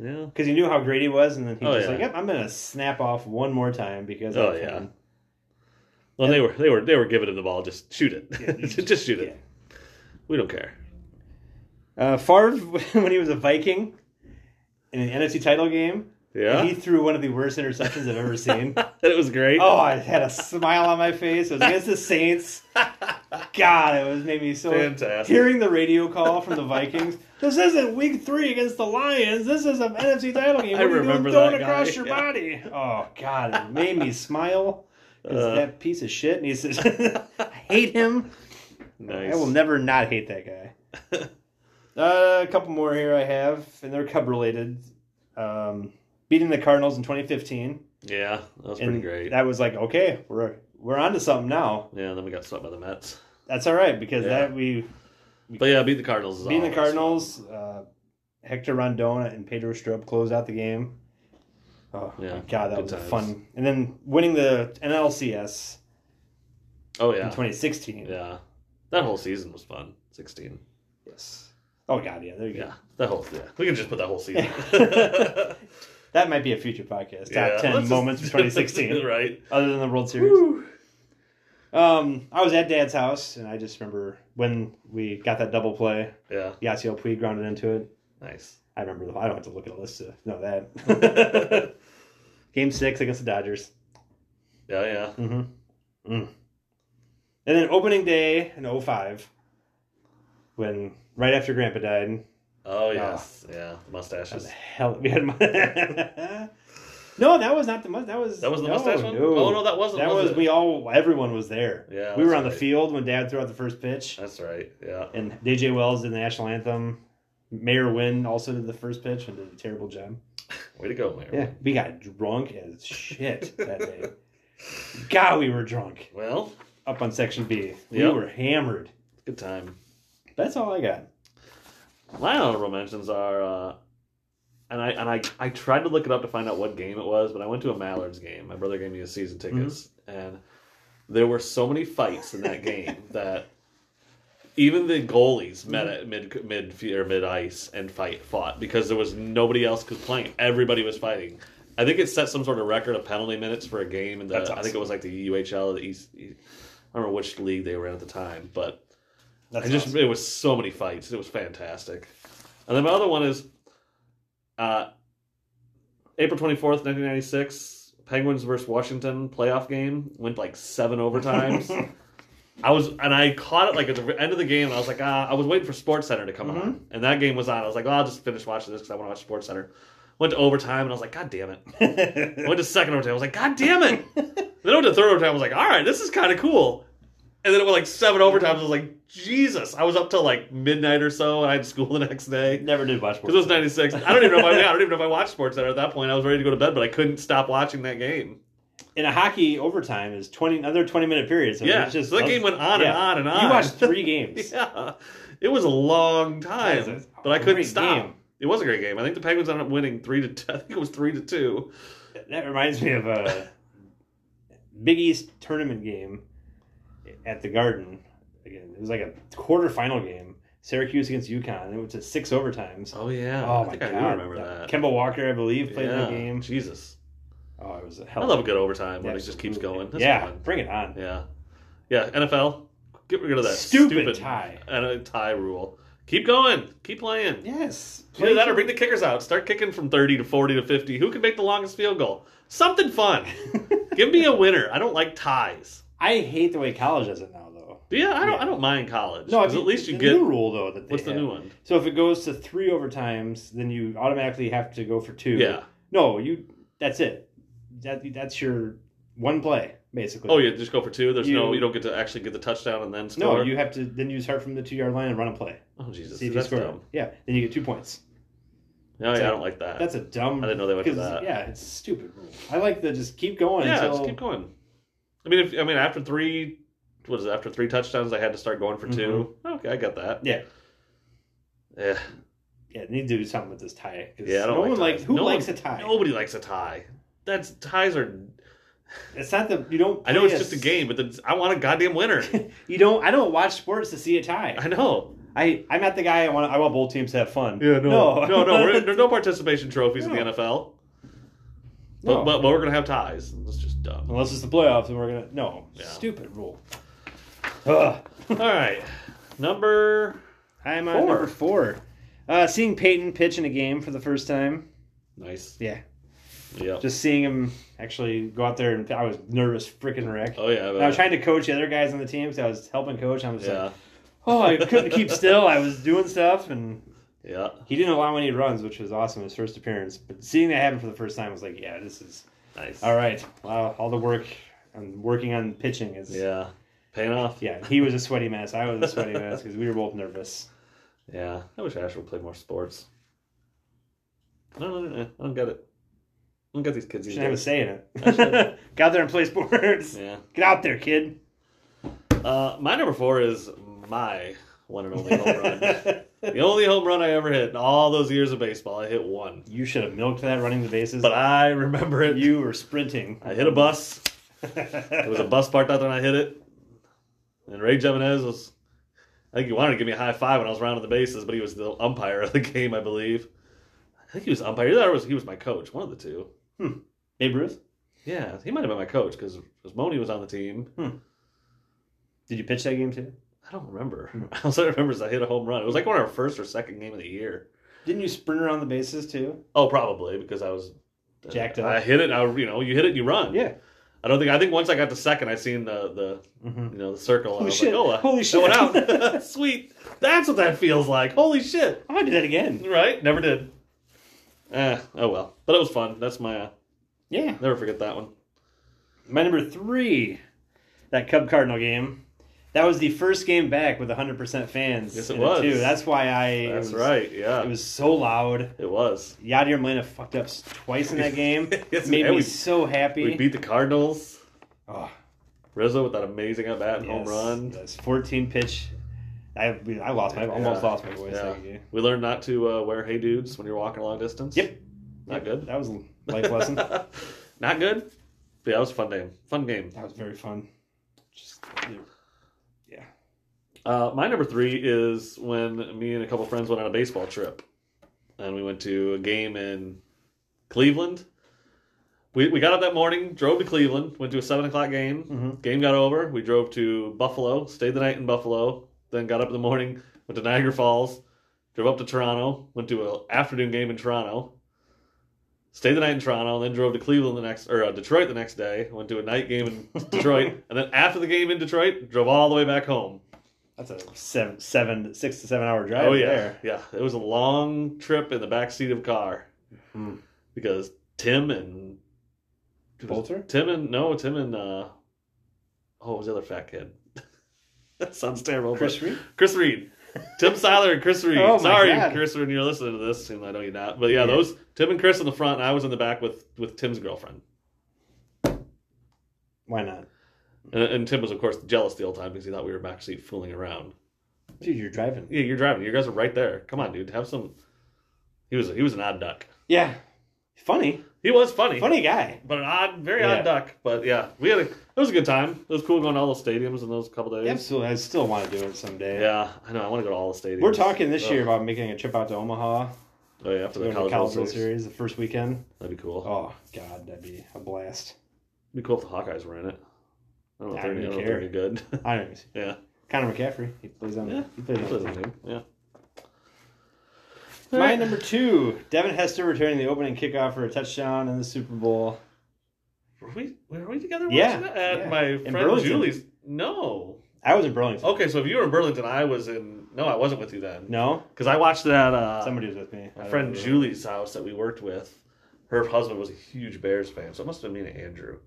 Speaker 1: Yeah, yeah.
Speaker 2: because he knew how great he was, and then he
Speaker 1: Oh,
Speaker 2: just
Speaker 1: yeah.
Speaker 2: like, "Yep, I'm gonna snap off one more time because."
Speaker 1: Oh,
Speaker 2: I'm
Speaker 1: yeah.
Speaker 2: fine."
Speaker 1: Well, they were they were they were giving him the ball. Just shoot it.
Speaker 2: Yeah, you
Speaker 1: just, shoot it.
Speaker 2: yeah.
Speaker 1: We don't care.
Speaker 2: Uh, Favre, when he was a Viking in an NFC title game,
Speaker 1: Yeah,
Speaker 2: he threw one of the worst interceptions I've ever seen.
Speaker 1: it was great.
Speaker 2: oh, I had a smile on my face. It was against the Saints. God, it was made me so.
Speaker 1: Fantastic.
Speaker 2: Hearing the radio call from the Vikings, this isn't Week Three against the Lions. This is an NFC title game.
Speaker 1: I
Speaker 2: What are you
Speaker 1: remember
Speaker 2: doing throwing
Speaker 1: that
Speaker 2: across
Speaker 1: guy,
Speaker 2: your
Speaker 1: yeah.
Speaker 2: body? Oh God, it made me smile. 'cause
Speaker 1: Uh.
Speaker 2: that piece of shit, and he says, "I hate him."
Speaker 1: nice.
Speaker 2: I will never not hate that guy. uh, a couple more here I have, and they're Cub related. Um, beating the Cardinals in 2015.
Speaker 1: yeah, that was
Speaker 2: and
Speaker 1: pretty great.
Speaker 2: That was like, okay, we're we're onto something now.
Speaker 1: Yeah, then we got swept by the Mets.
Speaker 2: That's all right because
Speaker 1: Yeah.
Speaker 2: that we
Speaker 1: But yeah, beat the Cardinals. Is
Speaker 2: beating the
Speaker 1: all.
Speaker 2: Cardinals. Uh, Hector Rondon and Pedro Strub closed out the game. Oh my
Speaker 1: Yeah,
Speaker 2: god, that
Speaker 1: good
Speaker 2: was
Speaker 1: times.
Speaker 2: fun. And then winning the NLCS
Speaker 1: Oh
Speaker 2: in
Speaker 1: yeah,
Speaker 2: 2016.
Speaker 1: yeah. That whole season was fun. Sixteen.
Speaker 2: Yes. Oh god, yeah, there you go.
Speaker 1: Yeah, that whole yeah. We can just put that whole season.
Speaker 2: That might be a future podcast. Top
Speaker 1: Yeah, let's
Speaker 2: 10
Speaker 1: just-
Speaker 2: moments from 2016
Speaker 1: right?
Speaker 2: other than the World Series.
Speaker 1: Woo.
Speaker 2: Um, I was at Dad's house, and I just remember when we got that double play.
Speaker 1: Yeah,
Speaker 2: Yasiel Puig grounded into it.
Speaker 1: nice.
Speaker 2: I remember. The, I don't have to look at a list to know
Speaker 1: Mm-hmm.
Speaker 2: that. Game six against the Dodgers.
Speaker 1: Yeah, yeah.
Speaker 2: Mm-hmm. Mm. And then opening day in 05, when right after Grandpa died, Ah.
Speaker 1: Oh yes, yeah. The mustaches.
Speaker 2: the hell we had. My... no, that was not the mustache. That was
Speaker 1: That was the
Speaker 2: no,
Speaker 1: mustache one.
Speaker 2: No.
Speaker 1: Oh no, that wasn't.
Speaker 2: that was
Speaker 1: it?
Speaker 2: we all. Everyone was there.
Speaker 1: Yeah,
Speaker 2: we were
Speaker 1: that's
Speaker 2: on the
Speaker 1: right.
Speaker 2: field when Dad threw out the first pitch.
Speaker 1: That's right. Yeah.
Speaker 2: And DJ Wells did the national anthem. Mayor Wynn also did the first pitch and did a terrible job.
Speaker 1: Way to go, Mayor.
Speaker 2: Yeah, we got drunk as shit that day. God, we were drunk
Speaker 1: Well,
Speaker 2: up on Section B. We
Speaker 1: Yep.
Speaker 2: were hammered.
Speaker 1: good time.
Speaker 2: That's all I got.
Speaker 1: My honorable mentions are, uh, and I and I I tried to look it up to find out what game it was, but I went to a Mallards game. My brother gave me his season
Speaker 2: Mm-hmm.
Speaker 1: tickets, and there were so many fights in that game that even the goalies met at mid mid or mid ice and fight fought because there was nobody else could play. Everybody was fighting. I think it set some sort of record of penalty minutes for a game, and
Speaker 2: That's
Speaker 1: I think it
Speaker 2: awesome.
Speaker 1: was like the UHL, or the East. E, I don't remember which league they were in at the time, but
Speaker 2: That's
Speaker 1: I just
Speaker 2: awesome.
Speaker 1: it was so many fights. It was fantastic. And then my other one is uh, April twenty fourth, nineteen ninety six. Penguins versus Washington playoff game went like seven overtimes. I was and I caught it like at the end of the game. And I was like, ah, I was waiting for Sports Center to come
Speaker 2: Mm-hmm.
Speaker 1: on, and that game was on. I was like, well, I'll just finish watching this because I want to watch Sports Center. Went to overtime, and I was like, God damn it! I went to second overtime. I was like, God damn it! then I went to third overtime. I was like, all right, this is kind of cool. And then it went like seven overtimes. I was like, Jesus! I was up till like midnight or so, and I had school the next day
Speaker 2: Never did watch
Speaker 1: because it was '96. I don't even know if I, yeah, I don't even know if I watched Sports Center at that point. I was ready to go to bed, but I couldn't stop watching that game.
Speaker 2: In a hockey overtime is twenty another twenty minute period. So
Speaker 1: yeah,
Speaker 2: it's just
Speaker 1: so that game went on
Speaker 2: Yeah.
Speaker 1: and on and on.
Speaker 2: You watched three games.
Speaker 1: yeah, it was a long time,
Speaker 2: That is a
Speaker 1: but I couldn't
Speaker 2: great
Speaker 1: stop.
Speaker 2: game.
Speaker 1: It was a great game. I think the Penguins ended up winning three to. T- I think it was three to two.
Speaker 2: That reminds me of a Big East tournament game at the Garden. Again, it was like a quarterfinal game. Syracuse against UConn. It went to six overtimes.
Speaker 1: Oh yeah,
Speaker 2: Oh
Speaker 1: I
Speaker 2: my
Speaker 1: think
Speaker 2: god!
Speaker 1: I do remember that.
Speaker 2: Kemba Walker, I believe, played
Speaker 1: yeah.
Speaker 2: that game.
Speaker 1: Jesus,
Speaker 2: Oh, it was a hell.
Speaker 1: I
Speaker 2: of
Speaker 1: love a good overtime when it
Speaker 2: Yeah,
Speaker 1: just keeps
Speaker 2: absolutely.
Speaker 1: going. That's
Speaker 2: yeah,
Speaker 1: fun.
Speaker 2: bring it on.
Speaker 1: Yeah. Yeah, NFL, get rid of that
Speaker 2: Stupid
Speaker 1: stupid,
Speaker 2: tie.
Speaker 1: and a tie rule. Keep going. Keep playing.
Speaker 2: Yes,
Speaker 1: Either that or bring the kickers out. Start kicking from 30 to 40 to 50. Who can make the longest field goal? Something fun. Give me a winner. I don't like ties.
Speaker 2: I hate the way college does it now, though.
Speaker 1: But yeah, I don't
Speaker 2: Yeah.
Speaker 1: I don't mind college.
Speaker 2: No, I
Speaker 1: Because
Speaker 2: mean,
Speaker 1: at least you
Speaker 2: the
Speaker 1: get
Speaker 2: new rule though. That they
Speaker 1: what's the
Speaker 2: have.
Speaker 1: new one?
Speaker 2: So if it goes to three overtimes, then you automatically have to go for two.
Speaker 1: Yeah.
Speaker 2: No, you. That's it. That that's your one play basically.
Speaker 1: Oh, you just go for two. There's no
Speaker 2: You-
Speaker 1: you don't get to actually get the touchdown and then
Speaker 2: No,
Speaker 1: score.
Speaker 2: you have to then you start from the two yard line and run a play.
Speaker 1: Oh Jesus.
Speaker 2: See if you
Speaker 1: that's
Speaker 2: score.
Speaker 1: dumb.
Speaker 2: Yeah, then you get two points.
Speaker 1: No,
Speaker 2: It's
Speaker 1: yeah, I
Speaker 2: like-
Speaker 1: don't like that.
Speaker 2: That's a dumb.
Speaker 1: I didn't know they would do
Speaker 2: 'cause,
Speaker 1: that.
Speaker 2: Yeah, it's a stupid rule. I like the just keep going.
Speaker 1: yeah,
Speaker 2: until,
Speaker 1: just keep going. I mean, if I mean after three, what is it? After three touchdowns, I had to start going for two.
Speaker 2: Mm-hmm.
Speaker 1: Okay, I got that.
Speaker 2: Yeah,
Speaker 1: Yeah,
Speaker 2: yeah, they need to do something with this tie. 'cause
Speaker 1: yeah. I don't
Speaker 2: no
Speaker 1: like
Speaker 2: one
Speaker 1: ties.
Speaker 2: likes who
Speaker 1: No
Speaker 2: likes
Speaker 1: one-
Speaker 2: a tie.
Speaker 1: Nobody likes a tie. That's ties are.
Speaker 2: It's not the you don't.
Speaker 1: I know
Speaker 2: play
Speaker 1: it's just a
Speaker 2: s-
Speaker 1: game, but it's- I want a goddamn winner.
Speaker 2: You don't. I don't watch sports to see a tie.
Speaker 1: I know.
Speaker 2: I I'm not the guy. I want. I want both teams to have fun.
Speaker 1: no, no. we're, there's no participation trophies in the NFL. But,
Speaker 2: No.
Speaker 1: but, but we're gonna have ties. That's just dumb.
Speaker 2: Unless it's the playoffs, and we're gonna no
Speaker 1: Yeah.
Speaker 2: stupid rule. Ugh.
Speaker 1: All right, number.
Speaker 2: I'm on
Speaker 1: Four.
Speaker 2: number four. Uh, seeing Peyton pitch in a game for the first time.
Speaker 1: Nice.
Speaker 2: Yeah,
Speaker 1: Yeah.
Speaker 2: just seeing him actually go out there, and I was nervous, freaking wreck.
Speaker 1: Oh yeah.
Speaker 2: And I was trying to coach the other guys on the team, so I was helping coach. and I was
Speaker 1: Yeah.
Speaker 2: like, oh, I couldn't keep still. I was doing stuff, and
Speaker 1: yeah.
Speaker 2: he didn't allow any runs, which was awesome. His first appearance, but seeing that happen for the first time was like, yeah, this is
Speaker 1: Nice.
Speaker 2: all right. Wow, all the work and working on pitching is
Speaker 1: Yeah. Paying off.
Speaker 2: Yeah, he was a sweaty mess. I was a sweaty mess because we were both nervous.
Speaker 1: Yeah, I wish Ash would play more sports. I don't, know, I don't get it. Look at these kids these
Speaker 2: Shouldn't have
Speaker 1: days.
Speaker 2: a say in
Speaker 1: I should.
Speaker 2: it. Get out there and play sports.
Speaker 1: Yeah.
Speaker 2: Get out there, kid.
Speaker 1: Uh, my number four is my one and only home run. the only home run I ever hit in all those years of baseball. I hit one,
Speaker 2: you should have milked that running the bases.
Speaker 1: but I remember it.
Speaker 2: you were sprinting.
Speaker 1: I hit a bus.
Speaker 2: it
Speaker 1: There was a bus parked out there, and I hit it. And Ray Jimenez was. I think he wanted to give me a high five when I was rounding the bases, but he was the umpire of the game, I believe. I think he was umpire. Either that or was he was my coach, one of the two.
Speaker 2: Babe Ruth,
Speaker 1: Yeah, he might have been my coach because Moni was on the team.
Speaker 2: did you pitch that game too?
Speaker 1: I don't remember.
Speaker 2: Hmm.
Speaker 1: All I remember is I hit a home run. It was like one of our first or second game of the year.
Speaker 2: Didn't you sprint around the bases too?
Speaker 1: Oh, probably because I was uh,
Speaker 2: Jacked up.
Speaker 1: I hit it. I you know you hit it, you run.
Speaker 2: Yeah.
Speaker 1: I don't think I think once I got to second, I seen the the
Speaker 2: Mm-hmm.
Speaker 1: you know the circle. and I
Speaker 2: Holy
Speaker 1: was
Speaker 2: shit.
Speaker 1: Like, oh, I-
Speaker 2: Holy shit.
Speaker 1: That went out. Sweet. That's what that feels like. Holy shit.
Speaker 2: Oh, I might do that again.
Speaker 1: Right? Never did. Eh, oh well. But it was fun. That's my uh,
Speaker 2: Yeah.
Speaker 1: never forget that one.
Speaker 2: My number three, that Cub Cardinal game. That was the first game back with 100% fans.
Speaker 1: Yes, it
Speaker 2: in
Speaker 1: was.
Speaker 2: Too. That's why I. it
Speaker 1: That's
Speaker 2: was-
Speaker 1: right. Yeah.
Speaker 2: It was so loud.
Speaker 1: It was.
Speaker 2: Yadier Molina fucked up s- twice in that game.
Speaker 1: Yes,
Speaker 2: Made
Speaker 1: and
Speaker 2: me
Speaker 1: we-
Speaker 2: so happy.
Speaker 1: We beat the Cardinals.
Speaker 2: oh,
Speaker 1: Rizzo with that amazing at bat and home
Speaker 2: yes,
Speaker 1: run.
Speaker 2: yes. 14 pitch. I, I lost my, almost
Speaker 1: Yeah.
Speaker 2: lost my voice.
Speaker 1: Yeah.
Speaker 2: that game.
Speaker 1: We learned not to uh, wear hey dudes when you're walking a long distance.
Speaker 2: Yep.
Speaker 1: Not good.
Speaker 2: That was a life lesson. that
Speaker 1: Not good. But yeah, it was a fun game. Fun game.
Speaker 2: was very fun. Just yeah.
Speaker 1: Uh, my number three is when me and a couple friends went on a baseball trip, and we went to a game in Cleveland. We we got up that morning, drove to Cleveland, went to a seven o'clock game.
Speaker 2: Mhm.
Speaker 1: Mm-hmm. Game got over. We drove to Buffalo, stayed the night in Buffalo, then got up in the morning, went to Niagara Falls, drove up to Toronto, went to an afternoon game in Toronto, stayed the night in Toronto, then drove to Cleveland the next or uh, Detroit the next day, went to a night game in Detroit, and then after the game in Detroit, drove all the way back home.
Speaker 2: That's a seven, seven, six to seven hour drive.
Speaker 1: Oh yeah,
Speaker 2: there.
Speaker 1: yeah. It was a long trip in the back seat of a car
Speaker 2: Hmm.
Speaker 1: because Tim and it was
Speaker 2: Bolter?
Speaker 1: Tim and no, Tim and uh, oh, what was the other fat kid? that sounds terrible. but-
Speaker 2: Chris Reed.
Speaker 1: Chris Reed, Tim Seiler, and Chris Reed.
Speaker 2: Oh, my
Speaker 1: Sorry,
Speaker 2: God.
Speaker 1: Chris, when you're listening to this, and I know you're not, but yeah,
Speaker 2: Yeah.
Speaker 1: those Tim and Chris in the front, and I was in the back with with Tim's girlfriend,
Speaker 2: Why not?
Speaker 1: and, and Tim was of course jealous the whole time because he thought we were backseat fooling around.
Speaker 2: Dude, you're driving.
Speaker 1: Yeah, you're driving. You guys are right there. Come on, dude, have some. He was he was an odd duck.
Speaker 2: Yeah. Funny.
Speaker 1: He was funny.
Speaker 2: Funny guy.
Speaker 1: But an odd, very
Speaker 2: Yeah.
Speaker 1: odd duck. But yeah, we had a. It was a good time. It was cool going to all those stadiums in those couple days.
Speaker 2: Absolutely. I still want to do it someday.
Speaker 1: Yeah, I know. I want to go to all the stadiums.
Speaker 2: We're talking this
Speaker 1: Oh.
Speaker 2: year about making a trip out to Omaha
Speaker 1: Oh yeah, after
Speaker 2: to go
Speaker 1: the
Speaker 2: to the
Speaker 1: college
Speaker 2: College
Speaker 1: World
Speaker 2: World
Speaker 1: Series.
Speaker 2: Series the first weekend.
Speaker 1: that'd be cool.
Speaker 2: Oh God, that'd be a blast.
Speaker 1: It'd be cool if the Hawkeyes were in it. I don't know if
Speaker 2: I
Speaker 1: they're, any,
Speaker 2: don't
Speaker 1: I don't know if
Speaker 2: care.
Speaker 1: they're any good.
Speaker 2: I don't even.
Speaker 1: yeah,
Speaker 2: Connor McCaffrey. He plays on.
Speaker 1: yeah,
Speaker 2: He plays on. the team.
Speaker 1: yeah.
Speaker 2: My number two, Devin Hester returning the opening kickoff for a touchdown in the Super Bowl.
Speaker 1: Were we were we together? watching
Speaker 2: Yeah,
Speaker 1: that? at
Speaker 2: yeah.
Speaker 1: my
Speaker 2: In
Speaker 1: friend
Speaker 2: Burlington.
Speaker 1: Julie's. No.
Speaker 2: I was in Burlington.
Speaker 1: Okay, so if you were in Burlington, I was in. No, I wasn't with you then.
Speaker 2: No,
Speaker 1: Because I watched that. Uh,
Speaker 2: somebody was with me. Uh, I
Speaker 1: my
Speaker 2: don't
Speaker 1: friend
Speaker 2: remember.
Speaker 1: Julie's house that we worked with, her husband was a huge Bears fan, so it must have been me and Andrew.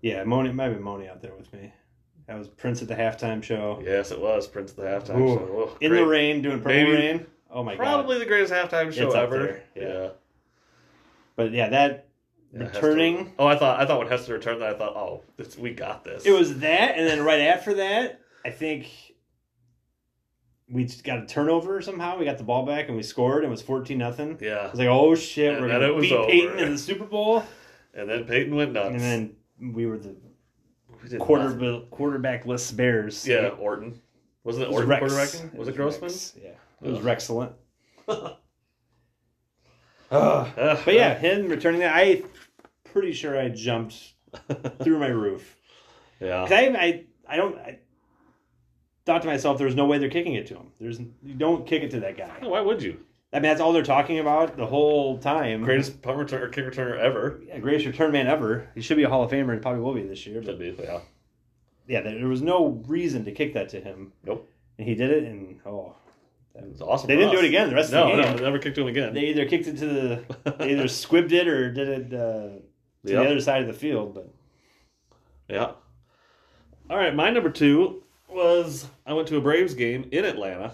Speaker 2: Yeah, Moni. It might have been Moni out there with me. That was Prince at the halftime show.
Speaker 1: Yes, it was Prince at the halftime
Speaker 2: Ooh.
Speaker 1: show. Oh,
Speaker 2: In
Speaker 1: great.
Speaker 2: the rain, doing purple
Speaker 1: Maybe-
Speaker 2: rain. Oh my god.
Speaker 1: probably the greatest halftime show
Speaker 2: It's up
Speaker 1: ever.
Speaker 2: there,
Speaker 1: Yeah.
Speaker 2: yeah. But yeah, that
Speaker 1: Yeah, Hester.
Speaker 2: Returning.
Speaker 1: Oh, I thought I thought when Hester returned that, I thought, oh, this, we got this.
Speaker 2: it was that, and then right after that, I think we just got a turnover somehow. We got the ball back and we scored, and it was fourteen nothing. I
Speaker 1: yeah,
Speaker 2: was like, oh shit,
Speaker 1: And
Speaker 2: we're
Speaker 1: then
Speaker 2: gonna
Speaker 1: it was
Speaker 2: beat
Speaker 1: over.
Speaker 2: Peyton in the Super Bowl,
Speaker 1: and then Peyton went nuts.
Speaker 2: and then we were the
Speaker 1: We did
Speaker 2: quarter
Speaker 1: nothing.
Speaker 2: quarterbackless Bears.
Speaker 1: Yeah, Orton. Wasn't it,
Speaker 2: It was
Speaker 1: Orton
Speaker 2: Rex.
Speaker 1: quarterbacking? Was it Grossman?
Speaker 2: Rex. Yeah, it was Rexcellent.
Speaker 1: Ugh.
Speaker 2: But yeah, him returning that, I pretty sure I jumped through my roof.
Speaker 1: yeah.
Speaker 2: 'Cause I, I, I don't. I thought to myself, there's no way they're kicking it to him. There's you don't kick it to that guy.
Speaker 1: Yeah, Why would you?
Speaker 2: I mean, that's all they're talking about the whole time.
Speaker 1: Greatest punt return or kick returner ever.
Speaker 2: Yeah, greatest return man ever. He should be a Hall of Famer. He probably will be this year. But
Speaker 1: Should be, yeah.
Speaker 2: yeah, there there was no reason to kick that to him.
Speaker 1: Nope.
Speaker 2: And he did it, and oh,
Speaker 1: It was awesome.
Speaker 2: They
Speaker 1: for
Speaker 2: didn't do
Speaker 1: us.
Speaker 2: it again the rest of
Speaker 1: no,
Speaker 2: the
Speaker 1: No,
Speaker 2: game.
Speaker 1: they never kicked him again.
Speaker 2: they either kicked it to the, they either squibbed it or did it uh, to
Speaker 1: Yep.
Speaker 2: the other side of the field. But
Speaker 1: Yeah. All right, my number two was I went to a Braves game in Atlanta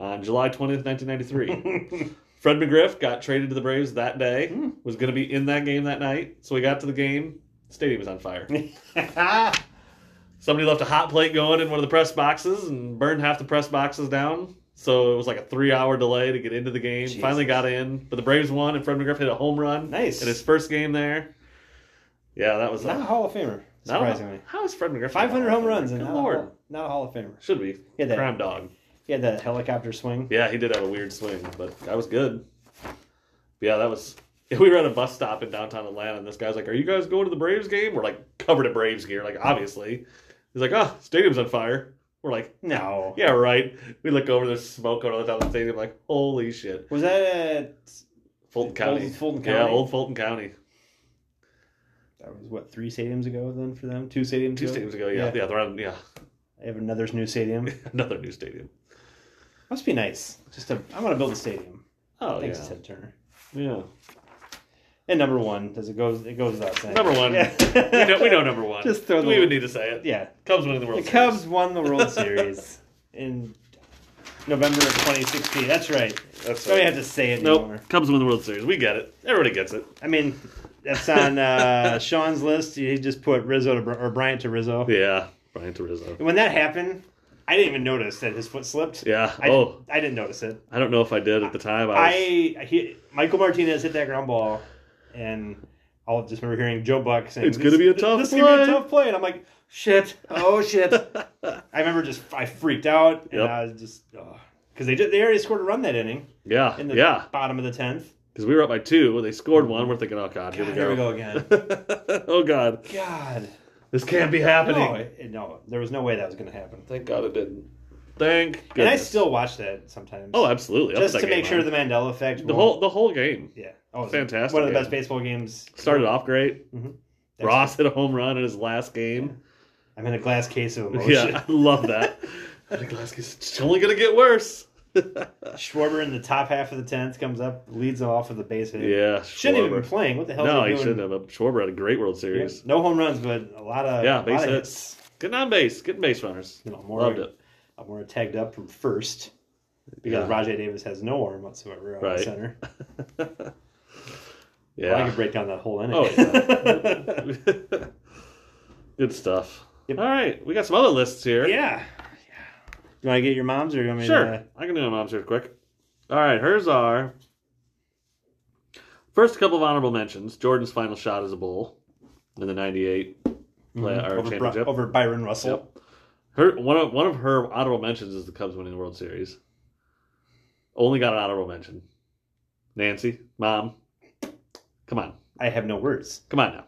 Speaker 1: on July 20th, 1993. Fred McGriff got traded to the Braves that day.
Speaker 2: Hmm.
Speaker 1: Was going to be in that game that night. So we got to the game. Stadium was on fire. Somebody left a hot plate going in one of the press boxes and burned half the press boxes down. So it was like a three-hour delay to get into the game.
Speaker 2: Jesus.
Speaker 1: Finally got in, but the Braves won, and Fred McGriff hit a home run
Speaker 2: nice.
Speaker 1: in his first game there. Yeah, that was
Speaker 2: not a Hall of Famer,
Speaker 1: I don't know.
Speaker 2: surprisingly.
Speaker 1: How is Fred McGriff?
Speaker 2: 500 home runs and
Speaker 1: Good
Speaker 2: not, A,
Speaker 1: lord,
Speaker 2: Hall- not a Hall of Famer.
Speaker 1: should be
Speaker 2: He had that,
Speaker 1: crime dog.
Speaker 2: he had that helicopter swing.
Speaker 1: Yeah, he did have a weird swing, but that was good. But yeah, that was. We were at a bus stop in downtown Atlanta, and this guy's like, "Are you guys going to the Braves game?" We're like covered in Braves gear, like obviously. He's like, "Oh, stadium's on fire." We're like,
Speaker 2: No.
Speaker 1: "Yeah, right." We look over, there's smoke going on the top of the stadium. Like, holy shit,
Speaker 2: Was that at
Speaker 1: Fulton County.
Speaker 2: Old Fulton
Speaker 1: Yeah,
Speaker 2: County?
Speaker 1: old Fulton County.
Speaker 2: that was what three stadiums ago then for them? Two stadiums.
Speaker 1: Two
Speaker 2: ago?
Speaker 1: stadiums ago, yeah, yeah, they're on, yeah,
Speaker 2: They have another new stadium.
Speaker 1: another new stadium.
Speaker 2: Must be nice. Just a, I want to build a stadium.
Speaker 1: Oh
Speaker 2: Thanks,
Speaker 1: yeah,
Speaker 2: Ted Turner.
Speaker 1: yeah.
Speaker 2: And number one, does it goes? It goes without saying.
Speaker 1: Number one.
Speaker 2: Yeah.
Speaker 1: We know, we know number one.
Speaker 2: Just throw the-
Speaker 1: we would need to say it.
Speaker 2: Yeah,
Speaker 1: Cubs winning the World
Speaker 2: the Cubs won the World Series in November of 2016. That's right.
Speaker 1: Series. That's
Speaker 2: Don't
Speaker 1: right.
Speaker 2: even have to say it
Speaker 1: Nope.
Speaker 2: anymore.
Speaker 1: Cubs win the World Series. We get it. Everybody gets it.
Speaker 2: I mean, that's on uh, Sean's list. He just put Rizzo to, Br- or Bryant to Rizzo.
Speaker 1: Yeah. Brian Terrizzo.
Speaker 2: And when that happened, I didn't even notice that his foot slipped.
Speaker 1: Yeah.
Speaker 2: I,
Speaker 1: oh,
Speaker 2: I didn't notice it.
Speaker 1: I don't know if I did at the time. I, was,
Speaker 2: I he, Michael Martinez hit that ground ball, and I'll just remember hearing Joe Buck saying,
Speaker 1: It's gonna be a tough
Speaker 2: this is gonna
Speaker 1: play."
Speaker 2: be a tough play," and I'm like, "Shit! Oh shit!" I remember just I freaked out, and
Speaker 1: Yep.
Speaker 2: I was just because they did, they already scored a run that inning
Speaker 1: yeah.
Speaker 2: in the
Speaker 1: yeah.
Speaker 2: bottom of the tenth.
Speaker 1: Because we were up by two. They scored one. We're thinking, oh, God, here
Speaker 2: God,
Speaker 1: we go.
Speaker 2: there we go again.
Speaker 1: oh, God.
Speaker 2: God,
Speaker 1: This can't be happening.
Speaker 2: no, it- no, there was no way that was gonna happen.
Speaker 1: Thank God it didn't. Thank goodness.
Speaker 2: And I still watch that sometimes,
Speaker 1: Oh, absolutely. I'll
Speaker 2: just
Speaker 1: put
Speaker 2: to
Speaker 1: that
Speaker 2: make
Speaker 1: game
Speaker 2: sure
Speaker 1: on.
Speaker 2: the Mandela effect.
Speaker 1: The
Speaker 2: won't-
Speaker 1: whole, the whole game
Speaker 2: yeah, oh, it's
Speaker 1: Fantastic
Speaker 2: One of the
Speaker 1: game.
Speaker 2: best baseball games
Speaker 1: started off great.
Speaker 2: Mm-hmm. That's-
Speaker 1: Ross hit a home run in his last game.
Speaker 2: I'm in a glass case of emotion.
Speaker 1: Yeah, I love that. I think Glasgow's it's only gonna get worse.
Speaker 2: Schwarber in the top half of the tenth comes up, leads off with a base hit.
Speaker 1: Yeah,
Speaker 2: shouldn't even
Speaker 1: Schwarber.
Speaker 2: be playing. What the hell?
Speaker 1: No,
Speaker 2: he
Speaker 1: he
Speaker 2: doing?
Speaker 1: shouldn't have. But Schwarber had a great World
Speaker 2: Yeah,
Speaker 1: Series.
Speaker 2: No home runs, but a lot of
Speaker 1: Yeah,
Speaker 2: a
Speaker 1: base
Speaker 2: lot of
Speaker 1: hits. Getting on base, getting base runners.
Speaker 2: You know, more
Speaker 1: Loved it.
Speaker 2: I'm more tagged up from first
Speaker 1: Yeah.
Speaker 2: because Rajay Davis has no arm whatsoever out
Speaker 1: Right.
Speaker 2: the center. Well, I
Speaker 1: Yeah.
Speaker 2: could break down that whole inning.
Speaker 1: Oh, yeah. Good stuff.
Speaker 2: Yep.
Speaker 1: All right, we got some other lists here.
Speaker 2: yeah. You want to get your mom's, or you want me
Speaker 1: Sure,
Speaker 2: to? uh,
Speaker 1: I can do my mom's here quick. All right, hers are. First couple of honorable mentions: Jordan's final shot as a bull in the '98 play, or
Speaker 2: mm-hmm. over, Bri-
Speaker 1: championship.
Speaker 2: over Byron Russell.
Speaker 1: Yep. Her one of one of her honorable mentions is the Cubs winning the World Series. Only got an honorable mention. Nancy, mom, come on,
Speaker 2: I have no words.
Speaker 1: come on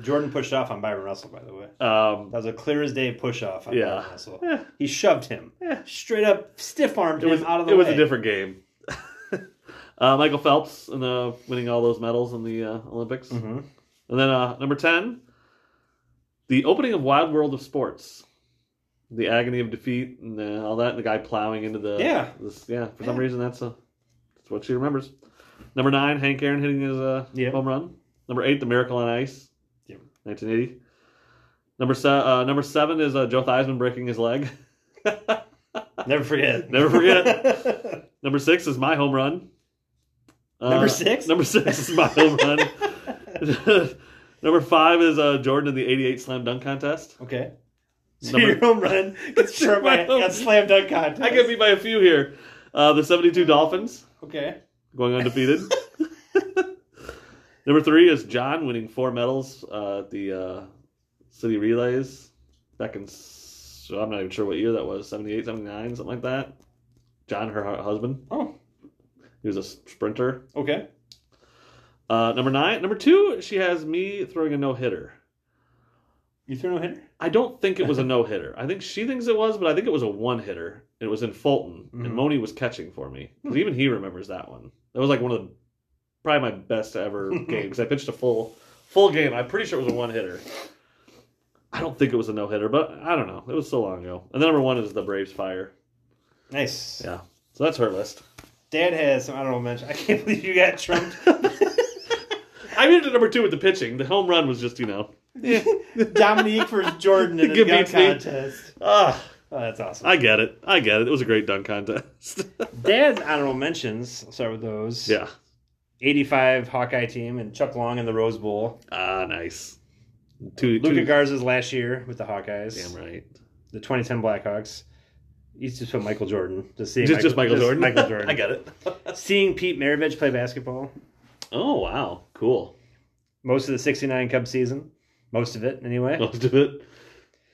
Speaker 2: Jordan pushed off on Byron Russell, by the way.
Speaker 1: now. um,
Speaker 2: That was a clear as day push off on
Speaker 1: Yeah.
Speaker 2: Byron Russell.
Speaker 1: eh,
Speaker 2: He shoved him.
Speaker 1: Yeah.
Speaker 2: Straight up stiff armed
Speaker 1: it was
Speaker 2: him out of the
Speaker 1: it
Speaker 2: way.
Speaker 1: was a different game. uh, Michael Phelps and uh, winning all those medals in the uh, Olympics,
Speaker 2: Mhm.
Speaker 1: and then uh, number ten, the opening of Wild World of Sports. The agony of defeat and uh, all that, and the guy plowing into the
Speaker 2: Yeah.
Speaker 1: this, yeah. For some
Speaker 2: Yeah.
Speaker 1: reason, that's a that's what she remembers. Number nine, Hank Aaron hitting his uh,
Speaker 2: Yeah.
Speaker 1: home run. Number eight, The Miracle on Ice,
Speaker 2: Yep.
Speaker 1: 1980. Number se- uh, number seven is uh, Joe Theismann breaking his leg.
Speaker 2: Never forget.
Speaker 1: Never forget. Number six is my home run. Uh,
Speaker 2: Number six?
Speaker 1: Number six is my home run. number five is uh, Jordan in the '88 slam dunk contest.
Speaker 2: okay. So
Speaker 1: Number-
Speaker 2: your home run gets short by
Speaker 1: My home-
Speaker 2: a slam dunk contest.
Speaker 1: I could be by a few here. Uh, the '72 Dolphins
Speaker 2: okay.
Speaker 1: going undefeated. number three is John winning four medals uh, at the uh, City Relays back in. s- I'm not even sure what year that was 78, 79, something like that. John, her hu- husband,
Speaker 2: Oh.
Speaker 1: he was a s- sprinter.
Speaker 2: Okay.
Speaker 1: Uh, number nine, number two, she has me throwing a no hitter.
Speaker 2: You threw no hitter.
Speaker 1: I don't think it was a no hitter. I think she thinks it was, but I think it was a one hitter. It was in Fulton,
Speaker 2: Mhm.
Speaker 1: and Moni was catching for me. 'Cause
Speaker 2: Hmm.
Speaker 1: Even he remembers that one. That was like one of the probably my best ever game because I pitched a full full game. I'm pretty sure it was a one hitter. I don't think it was a no hitter, but I don't know. It was so long ago. And then number one is the Braves fire.
Speaker 2: Nice.
Speaker 1: Yeah, so that's her list.
Speaker 2: Dad has some honorable mention. I can't believe you got trumped.
Speaker 1: I made it to number two with the pitching. The home run was just you know
Speaker 2: Dominique versus Jordan in a
Speaker 1: Good
Speaker 2: dunk
Speaker 1: beats me.
Speaker 2: contest.
Speaker 1: ah
Speaker 2: Oh, that's awesome.
Speaker 1: I get it. I get it. It was a great dunk contest.
Speaker 2: Dad's honorable mentions. I'll start with those.
Speaker 1: yeah.
Speaker 2: 85 Hawkeye team and Chuck Long in the Rose Bowl.
Speaker 1: Ah, nice. Two,
Speaker 2: Luca
Speaker 1: two
Speaker 2: Garza's last year with the Hawkeyes.
Speaker 1: damn right.
Speaker 2: The 2010 Blackhawks. You just put Michael Jordan. Just seeing
Speaker 1: Just, just Michael Jordan.
Speaker 2: Michael Jordan.
Speaker 1: I get it.
Speaker 2: Seeing Pete Maravich play basketball.
Speaker 1: oh wow, cool.
Speaker 2: Most of the 69 Cubs season. Most of it, anyway.
Speaker 1: Most of it.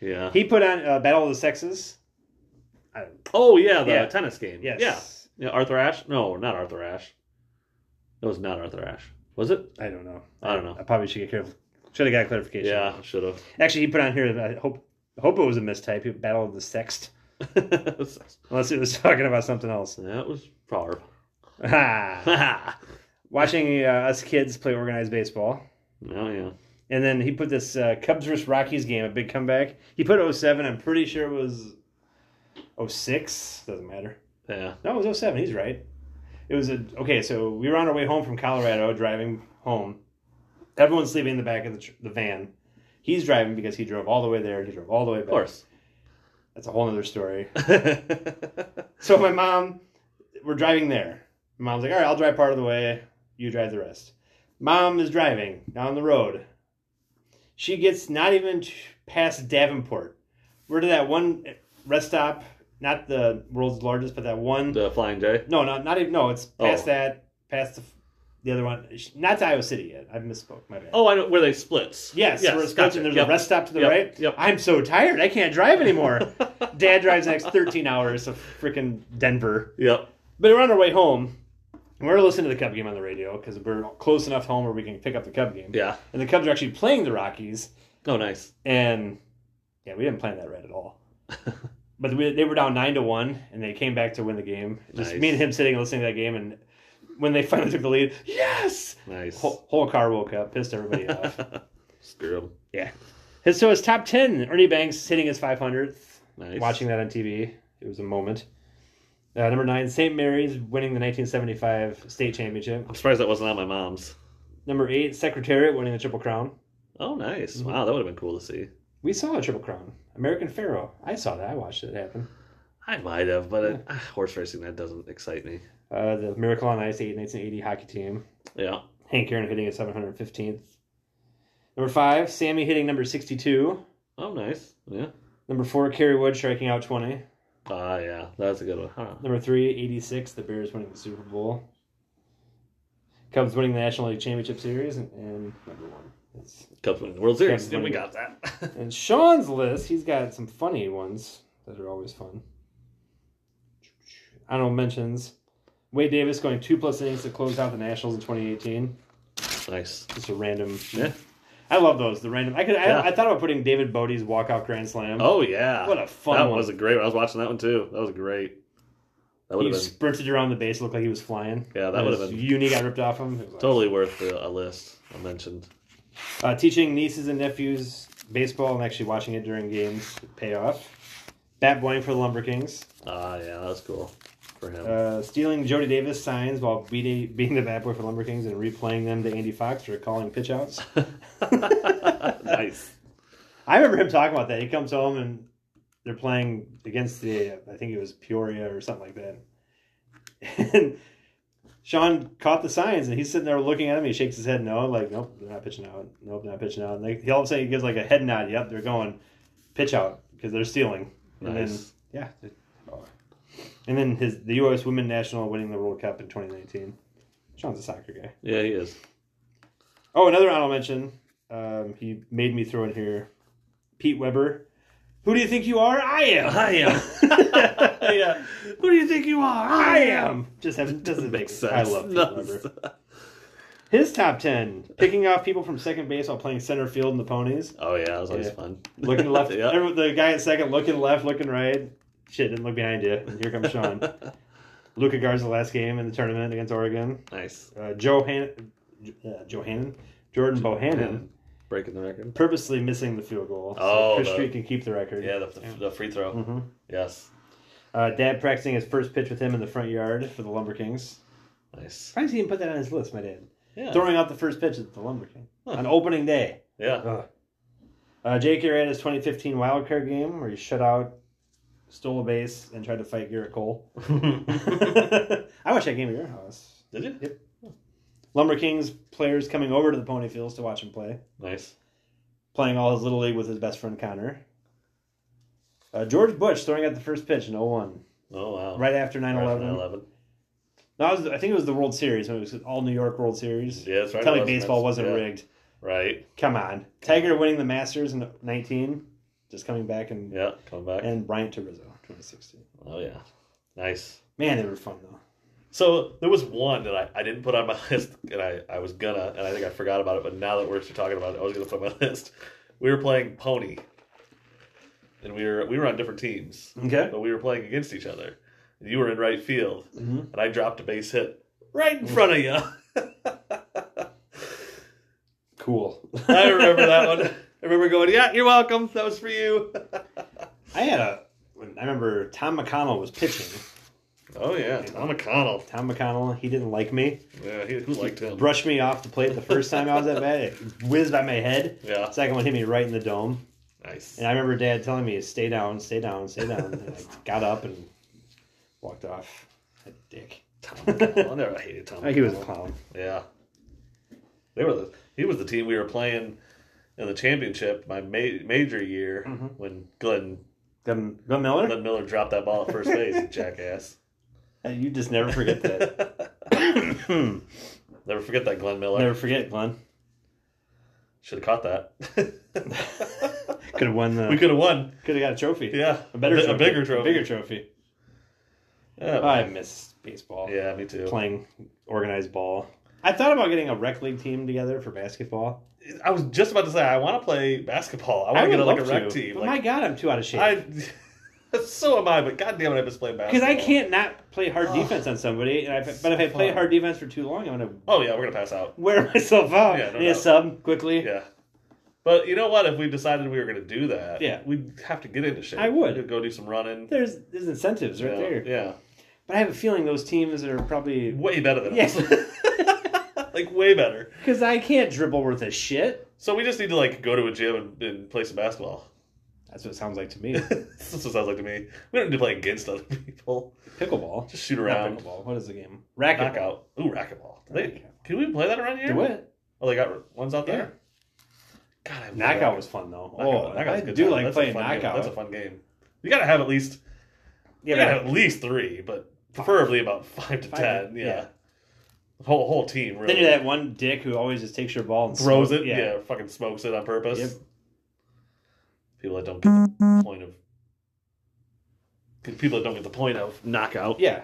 Speaker 1: Yeah.
Speaker 2: He put on uh, Battle of the Sexes.
Speaker 1: oh yeah, the
Speaker 2: Yeah.
Speaker 1: tennis game.
Speaker 2: Yes.
Speaker 1: Yeah. Yeah, Arthur Ashe? No, not Arthur Ashe. That was not Arthur Ashe. Was it?
Speaker 2: I don't know.
Speaker 1: I don't know.
Speaker 2: I probably should get careful. Should have got clarification.
Speaker 1: Yeah, should have.
Speaker 2: Actually, he put on here. I hope I hope it was a mistype. he- Battle of the Sext,
Speaker 1: that
Speaker 2: unless it was talking about something else.
Speaker 1: was proverb.
Speaker 2: Ah.
Speaker 1: oh
Speaker 2: Watching uh, us kids play organized baseball,
Speaker 1: yeah.
Speaker 2: and then he put this uh, Cubs versus Rockies game, a big comeback. He put 07. I'm pretty sure it was 06. Doesn't matter.
Speaker 1: Yeah.
Speaker 2: No, it was 07. He's right. It was a okay. So we were on our way home from Colorado, driving home. Everyone's sleeping in the back of the, tr- the van. He's driving because he drove all the way there. and He drove all the way back.
Speaker 1: Of course.
Speaker 2: That's a whole other story.
Speaker 1: yeah.
Speaker 2: So my mom, we're driving there. My mom's like, all right, I'll drive part of the way. You drive the rest. Mom is driving down the road. She gets not even t- past Davenport. We're to that one rest stop, not the world's largest, but that one.
Speaker 1: The Flying J.
Speaker 2: No, not not even. No, it's past
Speaker 1: Oh.
Speaker 2: that, past the, the other one. Not to Iowa City yet. I misspoke. My bad.
Speaker 1: Oh, I know where they splits.
Speaker 2: Yes, we're
Speaker 1: gotcha.
Speaker 2: Wisconsin. There's
Speaker 1: Yep.
Speaker 2: a rest stop to the
Speaker 1: Yep.
Speaker 2: right.
Speaker 1: Yep.
Speaker 2: I'm so tired. I can't drive anymore. Dad drives the next 13 hours of freaking Denver.
Speaker 1: Yep.
Speaker 2: But we're on our way home. And we're listening to the Cub game on the radio because we're close enough home where we can pick up the Cub game.
Speaker 1: Yeah.
Speaker 2: And the Cubs are actually playing the Rockies.
Speaker 1: Oh, nice.
Speaker 2: And yeah, we didn't plan that right at all. but we, they were down nine to one, and they came back to win the game. Just
Speaker 1: Nice.
Speaker 2: me and him sitting and listening to that game, and when they finally took the lead, yes,
Speaker 1: Nice.
Speaker 2: whole, whole car woke up, pissed everybody off.
Speaker 1: Screw 'em.
Speaker 2: yeah. And so his top ten, Ernie Banks hitting his five hundredth.
Speaker 1: Nice.
Speaker 2: Watching that on TV, it was a moment. Uh, number nine, St. Mary's winning the 1975 state championship.
Speaker 1: I'm surprised that wasn't on my mom's.
Speaker 2: Number eight, Secretariat winning the Triple Crown.
Speaker 1: Oh, nice.
Speaker 2: Mm-hmm.
Speaker 1: Wow, that would have been cool to see.
Speaker 2: We saw a Triple Crown. American Pharaoh. I saw that. I watched it happen.
Speaker 1: I might have, but it, ah, horse racing that doesn't excite me.
Speaker 2: Uh, the Miracle on Ice 8 1980 hockey team.
Speaker 1: Yeah.
Speaker 2: Hank Aaron hitting his 715th. Number five, Sammy hitting number 62.
Speaker 1: Oh, nice. Yeah.
Speaker 2: Number four, Kerry Wood striking out 20.
Speaker 1: Ah, yeah. That's a good one. Huh.
Speaker 2: Number three, 86, the Bears winning the Super Bowl. Cubs winning the National League Championship Series. And, and number one. It's-
Speaker 1: Cubs winning the World Series.
Speaker 2: Cubs
Speaker 1: Yeah, we
Speaker 2: winning.
Speaker 1: got that.
Speaker 2: and Sean's list, he's got some funny ones that are always fun. I don't know, mentions. Wade Davis going two plus innings to close out the Nationals in 2018.
Speaker 1: nice.
Speaker 2: Just a random
Speaker 1: Yeah.
Speaker 2: I love those. The random. I could.
Speaker 1: Yeah.
Speaker 2: I, I thought about putting David Bodie's walkout grand slam.
Speaker 1: Oh yeah.
Speaker 2: What a fun
Speaker 1: That
Speaker 2: one.
Speaker 1: was a great one. I was watching that one too. That was great. That would
Speaker 2: he
Speaker 1: have been
Speaker 2: sprinted around the base, looked like he was flying.
Speaker 1: Yeah, that
Speaker 2: And
Speaker 1: would've
Speaker 2: his
Speaker 1: been-
Speaker 2: Uni got ripped off him. It was awesome.
Speaker 1: totally worth a, a list. I mentioned.
Speaker 2: Uh, teaching nieces and nephews baseball and actually watching it during games pay off. Bat boying for the Lumber Kings.
Speaker 1: Ah yeah, that was cool for him.
Speaker 2: Uh, stealing Jody Davis signs while beating, being the bat boy for Lumber Kings and replaying them to Andy Fox for calling pitch outs.
Speaker 1: nice.
Speaker 2: I remember him talking about that. He comes home and they're playing against the, I think it was Peoria or something like that. And Sean caught the signs and he's sitting there looking at him. He shakes his head no, like, nope, they're not pitching out. Nope, not pitching out. And they, he all of a sudden he gives like a head nod. Yep, they're going pitch out because they're stealing. And
Speaker 1: Nice.
Speaker 2: then, yeah. And then his the U.S. Women National winning the World Cup in 2019. Sean's a soccer guy.
Speaker 1: Yeah, he is.
Speaker 2: Oh, another honorable mention. Um, he made me throw in here. Pete Weber. Who do you think you are? I am.
Speaker 1: I am. yeah. Who do you think you are?
Speaker 2: I am. Just have, doesn't make
Speaker 1: Makes sense.
Speaker 2: sense. I love Pete
Speaker 1: No,
Speaker 2: Weber.
Speaker 1: it's-
Speaker 2: His top ten: picking off people from second base while playing center field in the ponies.
Speaker 1: Oh yeah, that was always
Speaker 2: Yeah.
Speaker 1: fun.
Speaker 2: Looking left,
Speaker 1: Yeah.
Speaker 2: everyone- the guy at second looking left, looking right. Shit, didn't look behind you. And here comes Sean. Luca Garza last game in the tournament against Oregon.
Speaker 1: Nice.
Speaker 2: Uh, Johan, uh, Johannon, Jordan Bohannon,
Speaker 1: Breaking the record.
Speaker 2: purposely missing the field goal.
Speaker 1: Oh,
Speaker 2: Chris
Speaker 1: the-
Speaker 2: Street can keep the record.
Speaker 1: Yeah, the, the, the free throw.
Speaker 2: hmm
Speaker 1: Mm-hmm. Yes.
Speaker 2: Uh, dad practicing his first pitch with him in the front yard for the Lumber Kings.
Speaker 1: Nice.
Speaker 2: Surprised he didn't put that on his list, my dad.
Speaker 1: Yeah.
Speaker 2: Throwing out the first pitch at the Lumber King
Speaker 1: Huh.
Speaker 2: on opening day.
Speaker 1: Yeah.
Speaker 2: Ugh. Uh, Jake Arrieta's 2015 wildcard game where he shut out stole a base, and tried to fight Garrett Cole.
Speaker 1: Did
Speaker 2: I watched that game at your house.
Speaker 1: you?
Speaker 2: Yep. Lumber Kings players coming over to the Pony Fields to watch him play,
Speaker 1: Nice.
Speaker 2: playing all his little league with his best friend Connor. Uh, George Bush throwing out the first pitch in 01,
Speaker 1: Oh wow.
Speaker 2: right after 9 11.
Speaker 1: 11.
Speaker 2: No, it was- I think it was the World Series when it was all New York World Series.
Speaker 1: Yeah, that's right.
Speaker 2: Tell me
Speaker 1: it was.
Speaker 2: baseball wasn't
Speaker 1: Yeah.
Speaker 2: rigged.
Speaker 1: Right.
Speaker 2: Come on. Tiger winning the Masters in 19, just coming back, and,
Speaker 1: Yeah. Come back.
Speaker 2: and Bryant to Rizzo, 2016.
Speaker 1: oh yeah. Nice.
Speaker 2: Man, they were fun, though.
Speaker 1: So there was one that I, I didn't put on my list, and I, I was gonna, and I think I forgot about it. But now that we're actually talking about it, I was gonna put it on my list. We were playing Pony, and we were we were on different teams,
Speaker 2: Okay.
Speaker 1: but we were playing against each other. And you were in right field,
Speaker 2: Mm-hmm.
Speaker 1: and I dropped a base hit right in front of you.
Speaker 2: Cool.
Speaker 1: I remember that one. I remember going, "Yeah, you're welcome. That was for you."
Speaker 2: I had a. when- I remember Tom McConnell was pitching.
Speaker 1: Oh yeah, Tom McConnell.
Speaker 2: Tom McConnell, he didn't like me.
Speaker 1: Yeah, he, who liked him?
Speaker 2: Brushed me off the plate the first time I was at bat. It whizzed by my head.
Speaker 1: Yeah,
Speaker 2: Second one hit me right in the dome.
Speaker 1: nice.
Speaker 2: And I remember Dad telling me, "Stay down, stay down, stay down." And I got up and walked off. That dick.
Speaker 1: Tom McConnell. I never hated Tom.
Speaker 2: He was a
Speaker 1: McConnell.
Speaker 2: clown.
Speaker 1: Yeah. They were the he was the team we were playing in the championship my ma- major year
Speaker 2: Mhm.
Speaker 1: when Glenn
Speaker 2: Glenn, Glenn Miller.
Speaker 1: Glenn Miller dropped that ball at first base, you jackass.
Speaker 2: Hey, You just never forget that.
Speaker 1: Never forget that Glenn Miller.
Speaker 2: never forget, Glenn.
Speaker 1: Should have caught that.
Speaker 2: Could have won the.
Speaker 1: we could have won.
Speaker 2: Could have got a trophy.
Speaker 1: Yeah,
Speaker 2: A better,
Speaker 1: Bi-
Speaker 2: trophy.
Speaker 1: a bigger trophy.
Speaker 2: A bigger trophy.
Speaker 1: Yeah,
Speaker 2: I miss baseball.
Speaker 1: yeah, me too.
Speaker 2: Playing organized ball. I thought about getting a rec league team together for basketball.
Speaker 1: I was just about to say I want to play basketball. I want to
Speaker 2: would
Speaker 1: get a, like a
Speaker 2: love
Speaker 1: rec
Speaker 2: to,
Speaker 1: team.
Speaker 2: But my
Speaker 1: like,
Speaker 2: God, I'm too out of shape.
Speaker 1: I so am I, but goddamn it, I miss playing
Speaker 2: Because
Speaker 1: basketball.
Speaker 2: I can't not play hard
Speaker 1: Ugh.
Speaker 2: defense on somebody, and I, but if I play
Speaker 1: Fun.
Speaker 2: hard defense for too long, I'm gonna
Speaker 1: Oh yeah, we're gonna pass out.
Speaker 2: wear myself out.
Speaker 1: Yeah, no
Speaker 2: Need a
Speaker 1: doubt.
Speaker 2: sub quickly.
Speaker 1: Yeah. But you know what? If we decided we were going to do that,
Speaker 2: Yeah.
Speaker 1: we'd have to get into shape.
Speaker 2: I would.
Speaker 1: We'd go do some running.
Speaker 2: There's there's incentives right
Speaker 1: you know?
Speaker 2: there.
Speaker 1: Yeah,
Speaker 2: But I have a feeling those teams are probably
Speaker 1: way better than
Speaker 2: yes,
Speaker 1: us. like way better.
Speaker 2: because I can't dribble worth a shit.
Speaker 1: So we just need to like go to a gym and, and play some basketball.
Speaker 2: That's what it sounds like to me.
Speaker 1: That's what it sounds like to me. We don't need to play against other people.
Speaker 2: Pickleball.
Speaker 1: Just shoot
Speaker 2: Not
Speaker 1: around,
Speaker 2: Pickleball. What is the game? Racquetball.
Speaker 1: knockout. Ooh, racquetball. They,
Speaker 2: Racquetball.
Speaker 1: can we play that around here?
Speaker 2: Do it.
Speaker 1: Oh, they got ones out
Speaker 2: Yeah.
Speaker 1: there. God, I love
Speaker 2: Knockout
Speaker 1: racquet-
Speaker 2: was fun though.
Speaker 1: knockout-
Speaker 2: oh,
Speaker 1: knockout's
Speaker 2: I
Speaker 1: a good
Speaker 2: do
Speaker 1: time.
Speaker 2: like
Speaker 1: That's a
Speaker 2: playing
Speaker 1: fun game.
Speaker 2: knockout.
Speaker 1: That's a fun game. You got to have at least you
Speaker 2: yeah, but
Speaker 1: gotta have at least three, but
Speaker 2: Five.
Speaker 1: preferably about five to
Speaker 2: Five,
Speaker 1: ten. Yeah.
Speaker 2: yeah.
Speaker 1: Whole whole team really
Speaker 2: then you're that one dick who always just takes your ball and
Speaker 1: throws
Speaker 2: smokes-
Speaker 1: it, yeah. fucking smokes it on purpose.
Speaker 2: Yep.
Speaker 1: People that don't get the point of people that don't get the point of knockout.
Speaker 2: Yeah.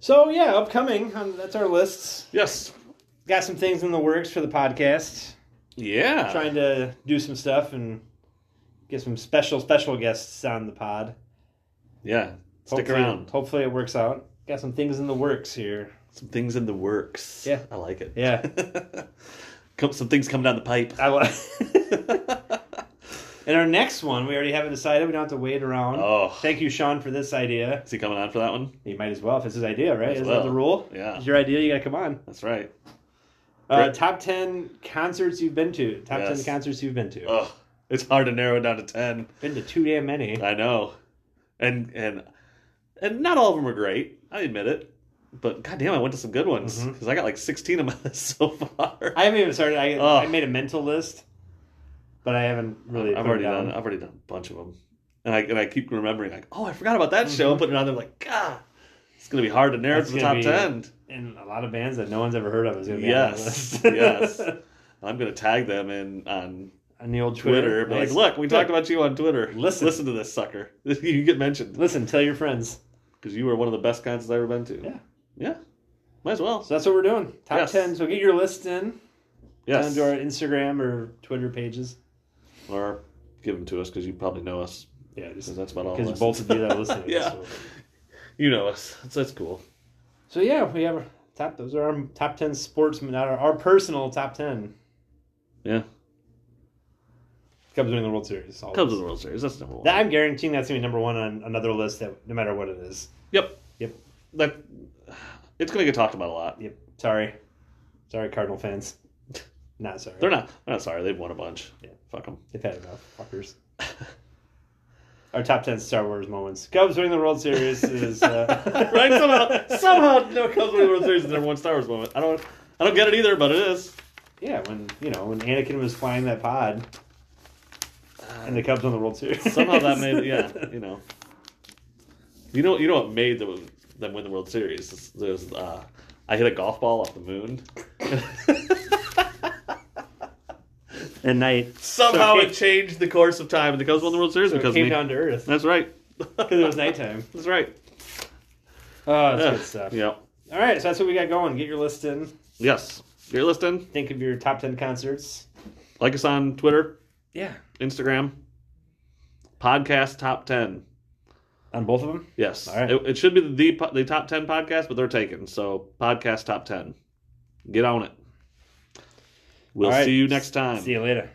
Speaker 2: So yeah, upcoming. Um, that's our lists.
Speaker 1: Yes.
Speaker 2: Got some things in the works for the podcast.
Speaker 1: Yeah.
Speaker 2: Trying to do some stuff and get some special special guests on the pod.
Speaker 1: yeah. Stick
Speaker 2: Hopefully-
Speaker 1: around.
Speaker 2: Hopefully it works out. Got some things in the works here.
Speaker 1: Some things in the works.
Speaker 2: Yeah.
Speaker 1: I like it.
Speaker 2: Yeah,
Speaker 1: Come, some things come down the pipe.
Speaker 2: I like. and our next one, we already have it decided. We don't have to wait around.
Speaker 1: Oh.
Speaker 2: Thank you, Sean, for this idea.
Speaker 1: Is he coming on for that one?
Speaker 2: You might as well if it's his idea, right?
Speaker 1: As
Speaker 2: Isn't
Speaker 1: well.
Speaker 2: that the rule?
Speaker 1: Yeah.
Speaker 2: It's your idea. You gotta come on.
Speaker 1: That's right.
Speaker 2: Uh,
Speaker 1: Great.
Speaker 2: top ten concerts you've been to. Top
Speaker 1: Yes. Oh.
Speaker 2: ten concerts you've been to.
Speaker 1: Ugh. It's hard to narrow it down to ten.
Speaker 2: been to too damn many.
Speaker 1: I know, and and and not all of them were great. I admit it, but goddamn, I went to some good ones because
Speaker 2: Mhm.
Speaker 1: I got like sixteen of my list so far.
Speaker 2: I haven't even started. I,
Speaker 1: Ugh.
Speaker 2: I made a mental list, but I haven't really.
Speaker 1: I've
Speaker 2: put
Speaker 1: already
Speaker 2: it down.
Speaker 1: done. I've already done a bunch of them, and I and I keep remembering like, oh, I forgot about that show. Putting it on there, like, God, it's gonna be hard to narrow
Speaker 2: It's
Speaker 1: to the top
Speaker 2: Mm-hmm. gonna
Speaker 1: ten.
Speaker 2: And a lot of bands that no one's ever heard of is going to be
Speaker 1: Yes,
Speaker 2: on that
Speaker 1: yes.
Speaker 2: list.
Speaker 1: I'm gonna tag them in on
Speaker 2: on the old
Speaker 1: Twitter.
Speaker 2: Twitter.
Speaker 1: be
Speaker 2: Nice.
Speaker 1: Like, look, we
Speaker 2: Good.
Speaker 1: talked about you on Twitter.
Speaker 2: Listen.
Speaker 1: listen to this sucker. you get mentioned
Speaker 2: Listen, tell your friends.
Speaker 1: because you were one of the best concerts I've ever been to.
Speaker 2: Yeah.
Speaker 1: yeah. Might as well.
Speaker 2: So that's what we're doing. Top
Speaker 1: Yes.
Speaker 2: ten. So get your list in.
Speaker 1: Yes.
Speaker 2: Down to our Instagram or Twitter pages.
Speaker 1: or give them to us because you probably know us
Speaker 2: Yeah,
Speaker 1: because that's about all.
Speaker 2: because
Speaker 1: us.
Speaker 2: both of you that listen. to
Speaker 1: Yeah.
Speaker 2: This, so.
Speaker 1: you know us. That's, that's cool.
Speaker 2: so yeah, we have our top. Those are our top ten sports, not our, our personal top ten.
Speaker 1: Yeah,
Speaker 2: Cubs winning the World Series. always.
Speaker 1: Cubs of the World Series. That's number one.
Speaker 2: That I'm guaranteeing that's gonna be number one on another list that no matter what it is.
Speaker 1: yep.
Speaker 2: Yep.
Speaker 1: That it's going to get talked about a lot.
Speaker 2: Yep. Sorry. Sorry, Cardinal fans. Not sorry.
Speaker 1: They're not. They're not sorry. They've won a bunch.
Speaker 2: Yeah.
Speaker 1: Fuck them.
Speaker 2: They've had enough, fuckers. our top ten Star Wars moments. Cubs winning the World Series is uh,
Speaker 1: right? Somehow, somehow, no Cubs win the World Series is their one Star Wars moment. I don't, I don't get it either, but it is.
Speaker 2: Yeah, when you know when Anakin was flying that pod and the Cubs won the World Series.
Speaker 1: Uh, Somehow that made, yeah, you know, you know, you know what made them them win the World Series? This- There's, uh, I hit a golf ball off the moon.
Speaker 2: At night,
Speaker 1: Somehow
Speaker 2: So it
Speaker 1: it changed the course of time, and the Cubs won the World Series
Speaker 2: so it
Speaker 1: because of
Speaker 2: came
Speaker 1: me.
Speaker 2: down to earth
Speaker 1: That's right.
Speaker 2: because it was nighttime.
Speaker 1: That's right.
Speaker 2: Oh, that's
Speaker 1: Ugh.
Speaker 2: good stuff.
Speaker 1: Yeah.
Speaker 2: All right, so that's what we got going. Get your list in.
Speaker 1: Yes. You're listening.
Speaker 2: Think of your top ten concerts.
Speaker 1: Like us on Twitter,
Speaker 2: Yeah,
Speaker 1: Instagram, podcast top ten.
Speaker 2: on both of them.
Speaker 1: Yes,
Speaker 2: All right.
Speaker 1: it, it should be the, the po- the top ten podcast, but they're taken. So podcast top ten, get on it. We'll
Speaker 2: All right.
Speaker 1: see you next time.
Speaker 2: See you later.